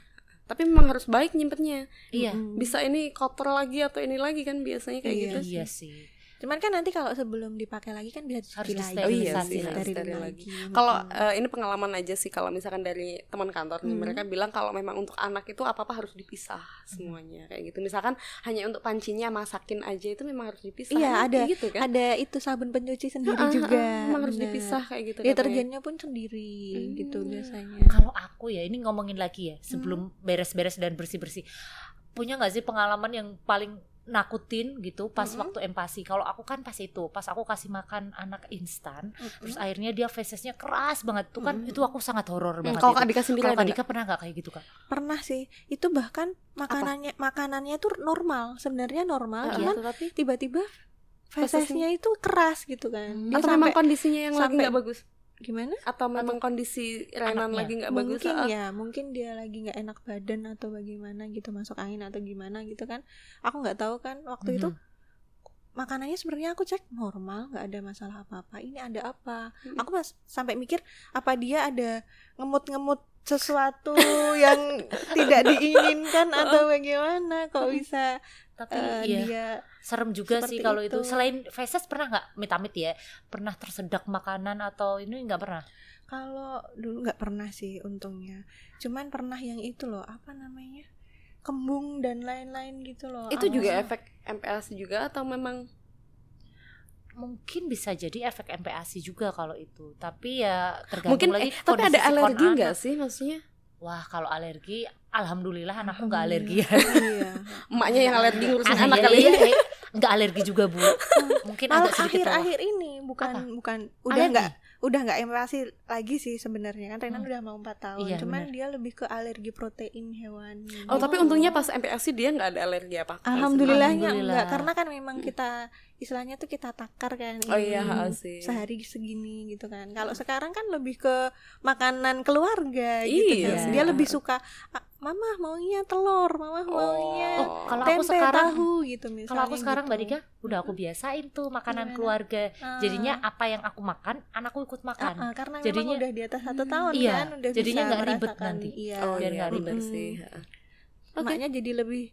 [SPEAKER 3] Tapi memang harus baik nyimpennya.
[SPEAKER 1] Iya,
[SPEAKER 2] Mm.
[SPEAKER 3] Bisa ini kotor lagi atau ini lagi kan biasanya kayak
[SPEAKER 2] Iya.
[SPEAKER 3] gitu.
[SPEAKER 1] iya sih.
[SPEAKER 2] cuman kan nanti kalau sebelum dipakai lagi kan bisa
[SPEAKER 1] Harus
[SPEAKER 2] dicuci lagi
[SPEAKER 1] disterilisasi
[SPEAKER 3] Iya,
[SPEAKER 1] lagi.
[SPEAKER 2] steril
[SPEAKER 3] Steril
[SPEAKER 2] lagi
[SPEAKER 3] Kalau
[SPEAKER 2] Mm.
[SPEAKER 3] eh, ini pengalaman aja sih kalau misalkan dari teman kantor nih
[SPEAKER 2] Hmm.
[SPEAKER 3] mereka bilang kalau memang untuk anak itu apa-apa harus dipisah semuanya kayak gitu. Misalkan hanya untuk pancinya masakin aja itu memang harus dipisah.
[SPEAKER 2] Iya,
[SPEAKER 3] Kayak
[SPEAKER 2] ada-
[SPEAKER 3] gitu kan.
[SPEAKER 2] ada itu sabun pencuci sendiri
[SPEAKER 3] Ah, ah,
[SPEAKER 2] juga
[SPEAKER 3] ah, memang harus
[SPEAKER 2] benar.
[SPEAKER 3] dipisah kayak gitu. katanya.
[SPEAKER 2] deterjennya pun sendiri
[SPEAKER 3] Hmm.
[SPEAKER 2] gitu biasanya
[SPEAKER 1] Kalau aku ya, ini ngomongin lagi ya
[SPEAKER 3] Hmm.
[SPEAKER 1] sebelum beres-beres dan bersih-bersih. Punya nggak sih pengalaman yang paling nakutin gitu pas
[SPEAKER 3] Hmm.
[SPEAKER 2] Mm-mm.
[SPEAKER 1] waktu empasi? Kalau aku kan pas itu, pas aku kasih makan anak
[SPEAKER 3] Hmm.
[SPEAKER 1] instan, terus akhirnya dia fesesnya keras banget. Itu kan
[SPEAKER 3] Mm-mm.
[SPEAKER 1] itu aku sangat horor
[SPEAKER 3] Hmm,
[SPEAKER 1] banget.
[SPEAKER 3] Kalau
[SPEAKER 1] itu.
[SPEAKER 3] Kak Dika sendiri
[SPEAKER 1] Kalau Kak
[SPEAKER 3] ada nggak?
[SPEAKER 1] Dika pernah nggak kayak gitu kak?
[SPEAKER 2] pernah sih itu bahkan makanannya makanannya tuh normal sebenarnya normal
[SPEAKER 3] Ah,
[SPEAKER 2] cuman
[SPEAKER 3] ah, tapi
[SPEAKER 2] tiba-tiba fesesnya itu keras gitu kan dia
[SPEAKER 3] Hmm, atau memang
[SPEAKER 2] sampai
[SPEAKER 3] kondisinya yang lagi
[SPEAKER 2] sampai-
[SPEAKER 3] nggak bagus
[SPEAKER 2] gimana
[SPEAKER 3] atau memang kondisi Renan
[SPEAKER 1] anaknya.
[SPEAKER 3] lagi nggak bagus
[SPEAKER 2] mungkin
[SPEAKER 3] ah,
[SPEAKER 2] ya mungkin dia lagi nggak enak badan atau bagaimana gitu masuk angin atau gimana gitu kan aku nggak tahu kan waktu itu
[SPEAKER 1] Hmm.
[SPEAKER 2] makanannya sebenarnya aku cek normal nggak ada masalah apa apa ini ada apa
[SPEAKER 3] Mm.
[SPEAKER 2] aku mas sampai mikir apa dia ada ngemut-ngemut sesuatu yang tidak diinginkan atau bagaimana kok bisa
[SPEAKER 1] Tapi
[SPEAKER 2] eh,
[SPEAKER 1] iya.
[SPEAKER 2] dia
[SPEAKER 1] serem juga sih
[SPEAKER 2] Seperti
[SPEAKER 1] kalau itu.
[SPEAKER 2] itu.
[SPEAKER 1] Selain feses pernah nggak mitamit ya? Pernah tersedak makanan atau ini nggak pernah?
[SPEAKER 2] kalau dulu nggak pernah sih untungnya cuman pernah yang itu loh apa namanya kembung dan lain-lain gitu loh
[SPEAKER 3] itu
[SPEAKER 2] Apa-
[SPEAKER 3] juga efek MPLS juga atau memang
[SPEAKER 1] Mungkin bisa jadi efek MPASI juga kalau itu. Tapi ya tergantung
[SPEAKER 3] mungkin
[SPEAKER 1] lagi
[SPEAKER 3] eh, tapi ada
[SPEAKER 1] kondisi sikon
[SPEAKER 3] alergi
[SPEAKER 1] anak.
[SPEAKER 3] nggak sih maksudnya
[SPEAKER 1] Wah, kalau alergi alhamdulillah anakku nggak alergi. ya.
[SPEAKER 2] Alhamdulillah. iya
[SPEAKER 3] emaknya yang alergi ngurusin
[SPEAKER 1] Ah,
[SPEAKER 3] anak
[SPEAKER 1] iya,
[SPEAKER 3] kali
[SPEAKER 1] iya,
[SPEAKER 3] ya
[SPEAKER 1] eh, nggak alergi juga, Bu. Mungkin
[SPEAKER 2] malah
[SPEAKER 1] agak sedikit bawah.
[SPEAKER 2] akhir-akhir ini bukan
[SPEAKER 1] Apa?
[SPEAKER 2] bukan udah
[SPEAKER 1] Alergi?
[SPEAKER 2] nggak udah nggak empati lagi sih sebenarnya kan Renan
[SPEAKER 1] Hmm.
[SPEAKER 2] udah mau 4 tahun
[SPEAKER 1] Iya,
[SPEAKER 2] cuman dia lebih ke alergi protein hewan
[SPEAKER 3] oh tapi untungnya pas MPLS dia nggak ada alergi apa
[SPEAKER 2] alhamdulillahnya
[SPEAKER 1] Alhamdulillah.
[SPEAKER 2] enggak karena kan memang kita istilahnya tuh kita takar kan
[SPEAKER 3] oh iya
[SPEAKER 2] ini,
[SPEAKER 3] ha, sih
[SPEAKER 2] sehari segini gitu kan kalau sekarang kan lebih ke makanan keluarga gitu
[SPEAKER 3] Iya.
[SPEAKER 2] kan dia lebih suka "Ah, mama maunya telur mama maunya
[SPEAKER 1] Oh, kalau aku
[SPEAKER 2] tempe
[SPEAKER 1] sekarang
[SPEAKER 2] tahu gitu misalnya
[SPEAKER 1] kalau aku sekarang
[SPEAKER 2] gitu.
[SPEAKER 1] Mbak Dika udah aku biasain tuh makanan
[SPEAKER 2] Gimana?
[SPEAKER 1] keluarga.
[SPEAKER 2] Ah.
[SPEAKER 1] Jadinya apa yang aku makan, anakku ikut makan.
[SPEAKER 2] Ah, ah, karena
[SPEAKER 1] Jadinya-
[SPEAKER 2] memang udah di atas satu tahun
[SPEAKER 1] Iya,
[SPEAKER 2] kan udah
[SPEAKER 1] jadinya
[SPEAKER 2] bisa
[SPEAKER 1] nggak ribet
[SPEAKER 2] merasakan,
[SPEAKER 1] nanti.
[SPEAKER 2] iya
[SPEAKER 3] oh
[SPEAKER 1] biar
[SPEAKER 3] iya
[SPEAKER 1] nggak
[SPEAKER 3] bener
[SPEAKER 2] ribet.
[SPEAKER 3] sih ha. Oke.
[SPEAKER 2] makanya jadi lebih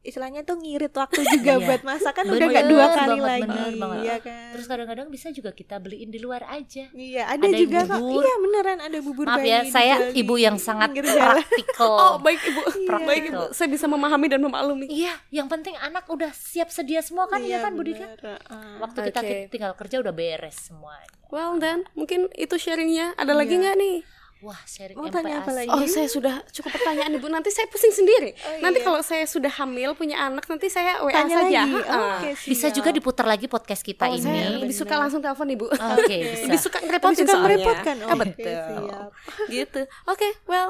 [SPEAKER 2] istilahnya tuh ngirit waktu
[SPEAKER 1] Iya.
[SPEAKER 2] juga buat masakan
[SPEAKER 1] Bener
[SPEAKER 2] udah nggak dua
[SPEAKER 1] banget,
[SPEAKER 2] kali
[SPEAKER 1] bener
[SPEAKER 2] lagi
[SPEAKER 1] banget.
[SPEAKER 2] iya kan
[SPEAKER 1] Terus kadang-kadang bisa juga kita beliin di luar aja.
[SPEAKER 2] iya ada,
[SPEAKER 1] ada yang
[SPEAKER 2] juga kok
[SPEAKER 1] bubur.
[SPEAKER 2] iya beneran ada bubur
[SPEAKER 1] Maaf
[SPEAKER 2] bayi
[SPEAKER 1] ya,
[SPEAKER 2] dijual
[SPEAKER 1] saya
[SPEAKER 2] di gitu ya.
[SPEAKER 1] ibu yang sangat
[SPEAKER 2] pinggir jalan.
[SPEAKER 3] oh
[SPEAKER 1] praktikal.
[SPEAKER 3] baik ibu
[SPEAKER 2] Iya.
[SPEAKER 3] baik ibu saya bisa memahami dan memaklumi
[SPEAKER 1] Iya, yang penting anak udah siap sedia semua kan
[SPEAKER 2] Iya,
[SPEAKER 1] ya kan Bu Dika?
[SPEAKER 2] bener, ah.
[SPEAKER 1] Waktu kita
[SPEAKER 3] Oke.
[SPEAKER 1] ki- tinggal kerja udah beres semuanya.
[SPEAKER 3] well then mungkin itu sharingnya ada lagi
[SPEAKER 2] Iya.
[SPEAKER 3] nggak nih
[SPEAKER 1] Wah, sharing
[SPEAKER 2] Mau tanya apa
[SPEAKER 1] MPASI.
[SPEAKER 2] lagi?
[SPEAKER 3] Oh, saya sudah cukup pertanyaan Ibu. Nanti saya pusing sendiri.
[SPEAKER 2] Oh,
[SPEAKER 3] Nanti
[SPEAKER 2] iya.
[SPEAKER 3] kalau saya sudah hamil punya anak, nanti saya WA
[SPEAKER 2] tanya
[SPEAKER 3] saja.
[SPEAKER 2] lagi
[SPEAKER 3] Ha-ha.
[SPEAKER 2] oke
[SPEAKER 1] Ah, Bisa
[SPEAKER 2] siap.
[SPEAKER 1] juga diputar lagi podcast kita
[SPEAKER 3] Iya. Oh,
[SPEAKER 1] ini.
[SPEAKER 3] saya
[SPEAKER 2] Ini.
[SPEAKER 3] lebih suka langsung telepon Ibu.
[SPEAKER 1] Oke,
[SPEAKER 3] Lebih
[SPEAKER 1] bisa.
[SPEAKER 3] suka
[SPEAKER 2] tapi
[SPEAKER 3] ngerepotin
[SPEAKER 2] suka
[SPEAKER 3] soalnya.
[SPEAKER 2] merepotkan
[SPEAKER 3] Ah,
[SPEAKER 2] Oke,
[SPEAKER 3] betul.
[SPEAKER 2] siap.
[SPEAKER 3] gitu. Oke, well,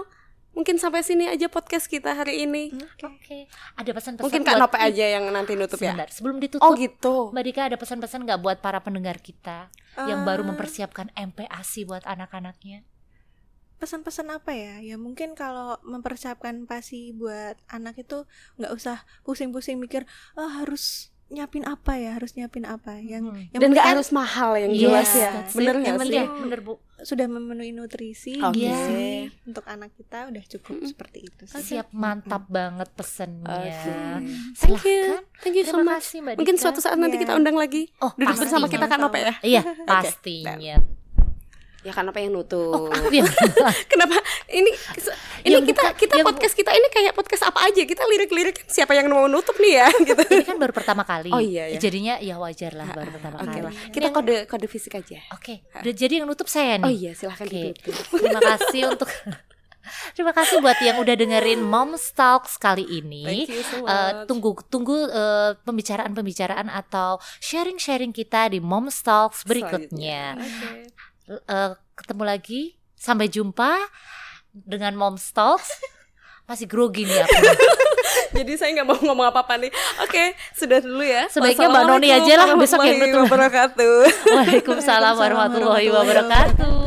[SPEAKER 3] mungkin sampai sini aja podcast kita hari ini.
[SPEAKER 1] Hmm.
[SPEAKER 2] Oke.
[SPEAKER 1] Oke. Ada pesan-pesan
[SPEAKER 3] Mungkin Kak
[SPEAKER 1] buat-
[SPEAKER 3] Nope aja yang nanti nutup ya.
[SPEAKER 1] Sebentar, sebelum ditutup.
[SPEAKER 3] Oh, gitu.
[SPEAKER 1] Mbak Dika ada pesan-pesan nggak buat para pendengar kita yang
[SPEAKER 3] Ah.
[SPEAKER 1] baru mempersiapkan MPASI buat anak-anaknya?
[SPEAKER 2] pesan-pesan apa ya? Ya mungkin kalau mempersiapkan pasi buat anak itu nggak usah pusing-pusing mikir ah harus nyiapin apa ya, harus nyiapin apa. Yang,
[SPEAKER 1] Hmm. Iya,
[SPEAKER 2] yang
[SPEAKER 3] Dan
[SPEAKER 2] penting kan
[SPEAKER 3] nggak harus mahal kan yang jelas
[SPEAKER 2] Yes,
[SPEAKER 3] ya.
[SPEAKER 1] that's it.
[SPEAKER 3] Bener
[SPEAKER 1] Yang
[SPEAKER 3] nggak sih?
[SPEAKER 1] penting- Bener bu.
[SPEAKER 2] sudah memenuhi nutrisi
[SPEAKER 3] Oke.
[SPEAKER 2] gizi untuk anak kita udah cukup
[SPEAKER 3] Oh, iya. Mm-mm. Oh,
[SPEAKER 2] seperti itu. sih.
[SPEAKER 1] Siap mantap banget pesennya.
[SPEAKER 3] Oke. Thank you.
[SPEAKER 1] Silahkan.
[SPEAKER 3] Thank you so
[SPEAKER 1] Terima
[SPEAKER 3] much.
[SPEAKER 1] kasih Mbak
[SPEAKER 3] Mungkin
[SPEAKER 1] Dika.
[SPEAKER 3] suatu saat nanti
[SPEAKER 2] Iya.
[SPEAKER 3] kita undang lagi.
[SPEAKER 1] oh,
[SPEAKER 3] Duduk
[SPEAKER 1] pastinya.
[SPEAKER 3] bersama kan. kita Kak Nope ya.
[SPEAKER 1] Iya
[SPEAKER 3] Oke. Nah,
[SPEAKER 1] pastinya. Iya,
[SPEAKER 3] Ya kan apa yang nutup.
[SPEAKER 1] Aku yang-
[SPEAKER 3] Kenapa ini ini
[SPEAKER 1] Yang
[SPEAKER 3] kita
[SPEAKER 1] buka-
[SPEAKER 3] kita
[SPEAKER 1] yang bu-
[SPEAKER 3] podcast kita ini kayak podcast apa aja? Kita lirik-lirik kan siapa yang mau nutup nih ya gitu.
[SPEAKER 1] ini kan baru pertama kali.
[SPEAKER 3] Oh, iya, iya.
[SPEAKER 1] Jadinya ya wajar lah baru pertama
[SPEAKER 3] Oke
[SPEAKER 1] kali.
[SPEAKER 3] lah. Ah. Kita kode kode fisik aja.
[SPEAKER 1] Oke. Udah jadi yang nutup saya nih.
[SPEAKER 3] Oh iya, silahkan
[SPEAKER 1] Oke.
[SPEAKER 3] ditutup.
[SPEAKER 1] Terima kasih untuk Terima kasih buat yang udah dengerin Mom Talks kali ini.
[SPEAKER 3] Thank you so
[SPEAKER 1] Eh,
[SPEAKER 3] much.
[SPEAKER 1] tunggu tunggu eh, pembicaraan-pembicaraan atau sharing-sharing kita di Mom Talks berikutnya.
[SPEAKER 3] Oke.
[SPEAKER 1] Eh, ketemu lagi, sampai jumpa dengan Mom Talks. Masih grogi nih aku.
[SPEAKER 3] Jadi saya nggak mau ngomong apa-apa nih. Oke, sudah dulu ya.
[SPEAKER 1] Sebaiknya Mbak Noni aja lah, besok yang
[SPEAKER 3] Wassalamualaikum warahmatullahi wabarakatuh.
[SPEAKER 1] Waalaikumsalam warahmatullahi wabarakatuh.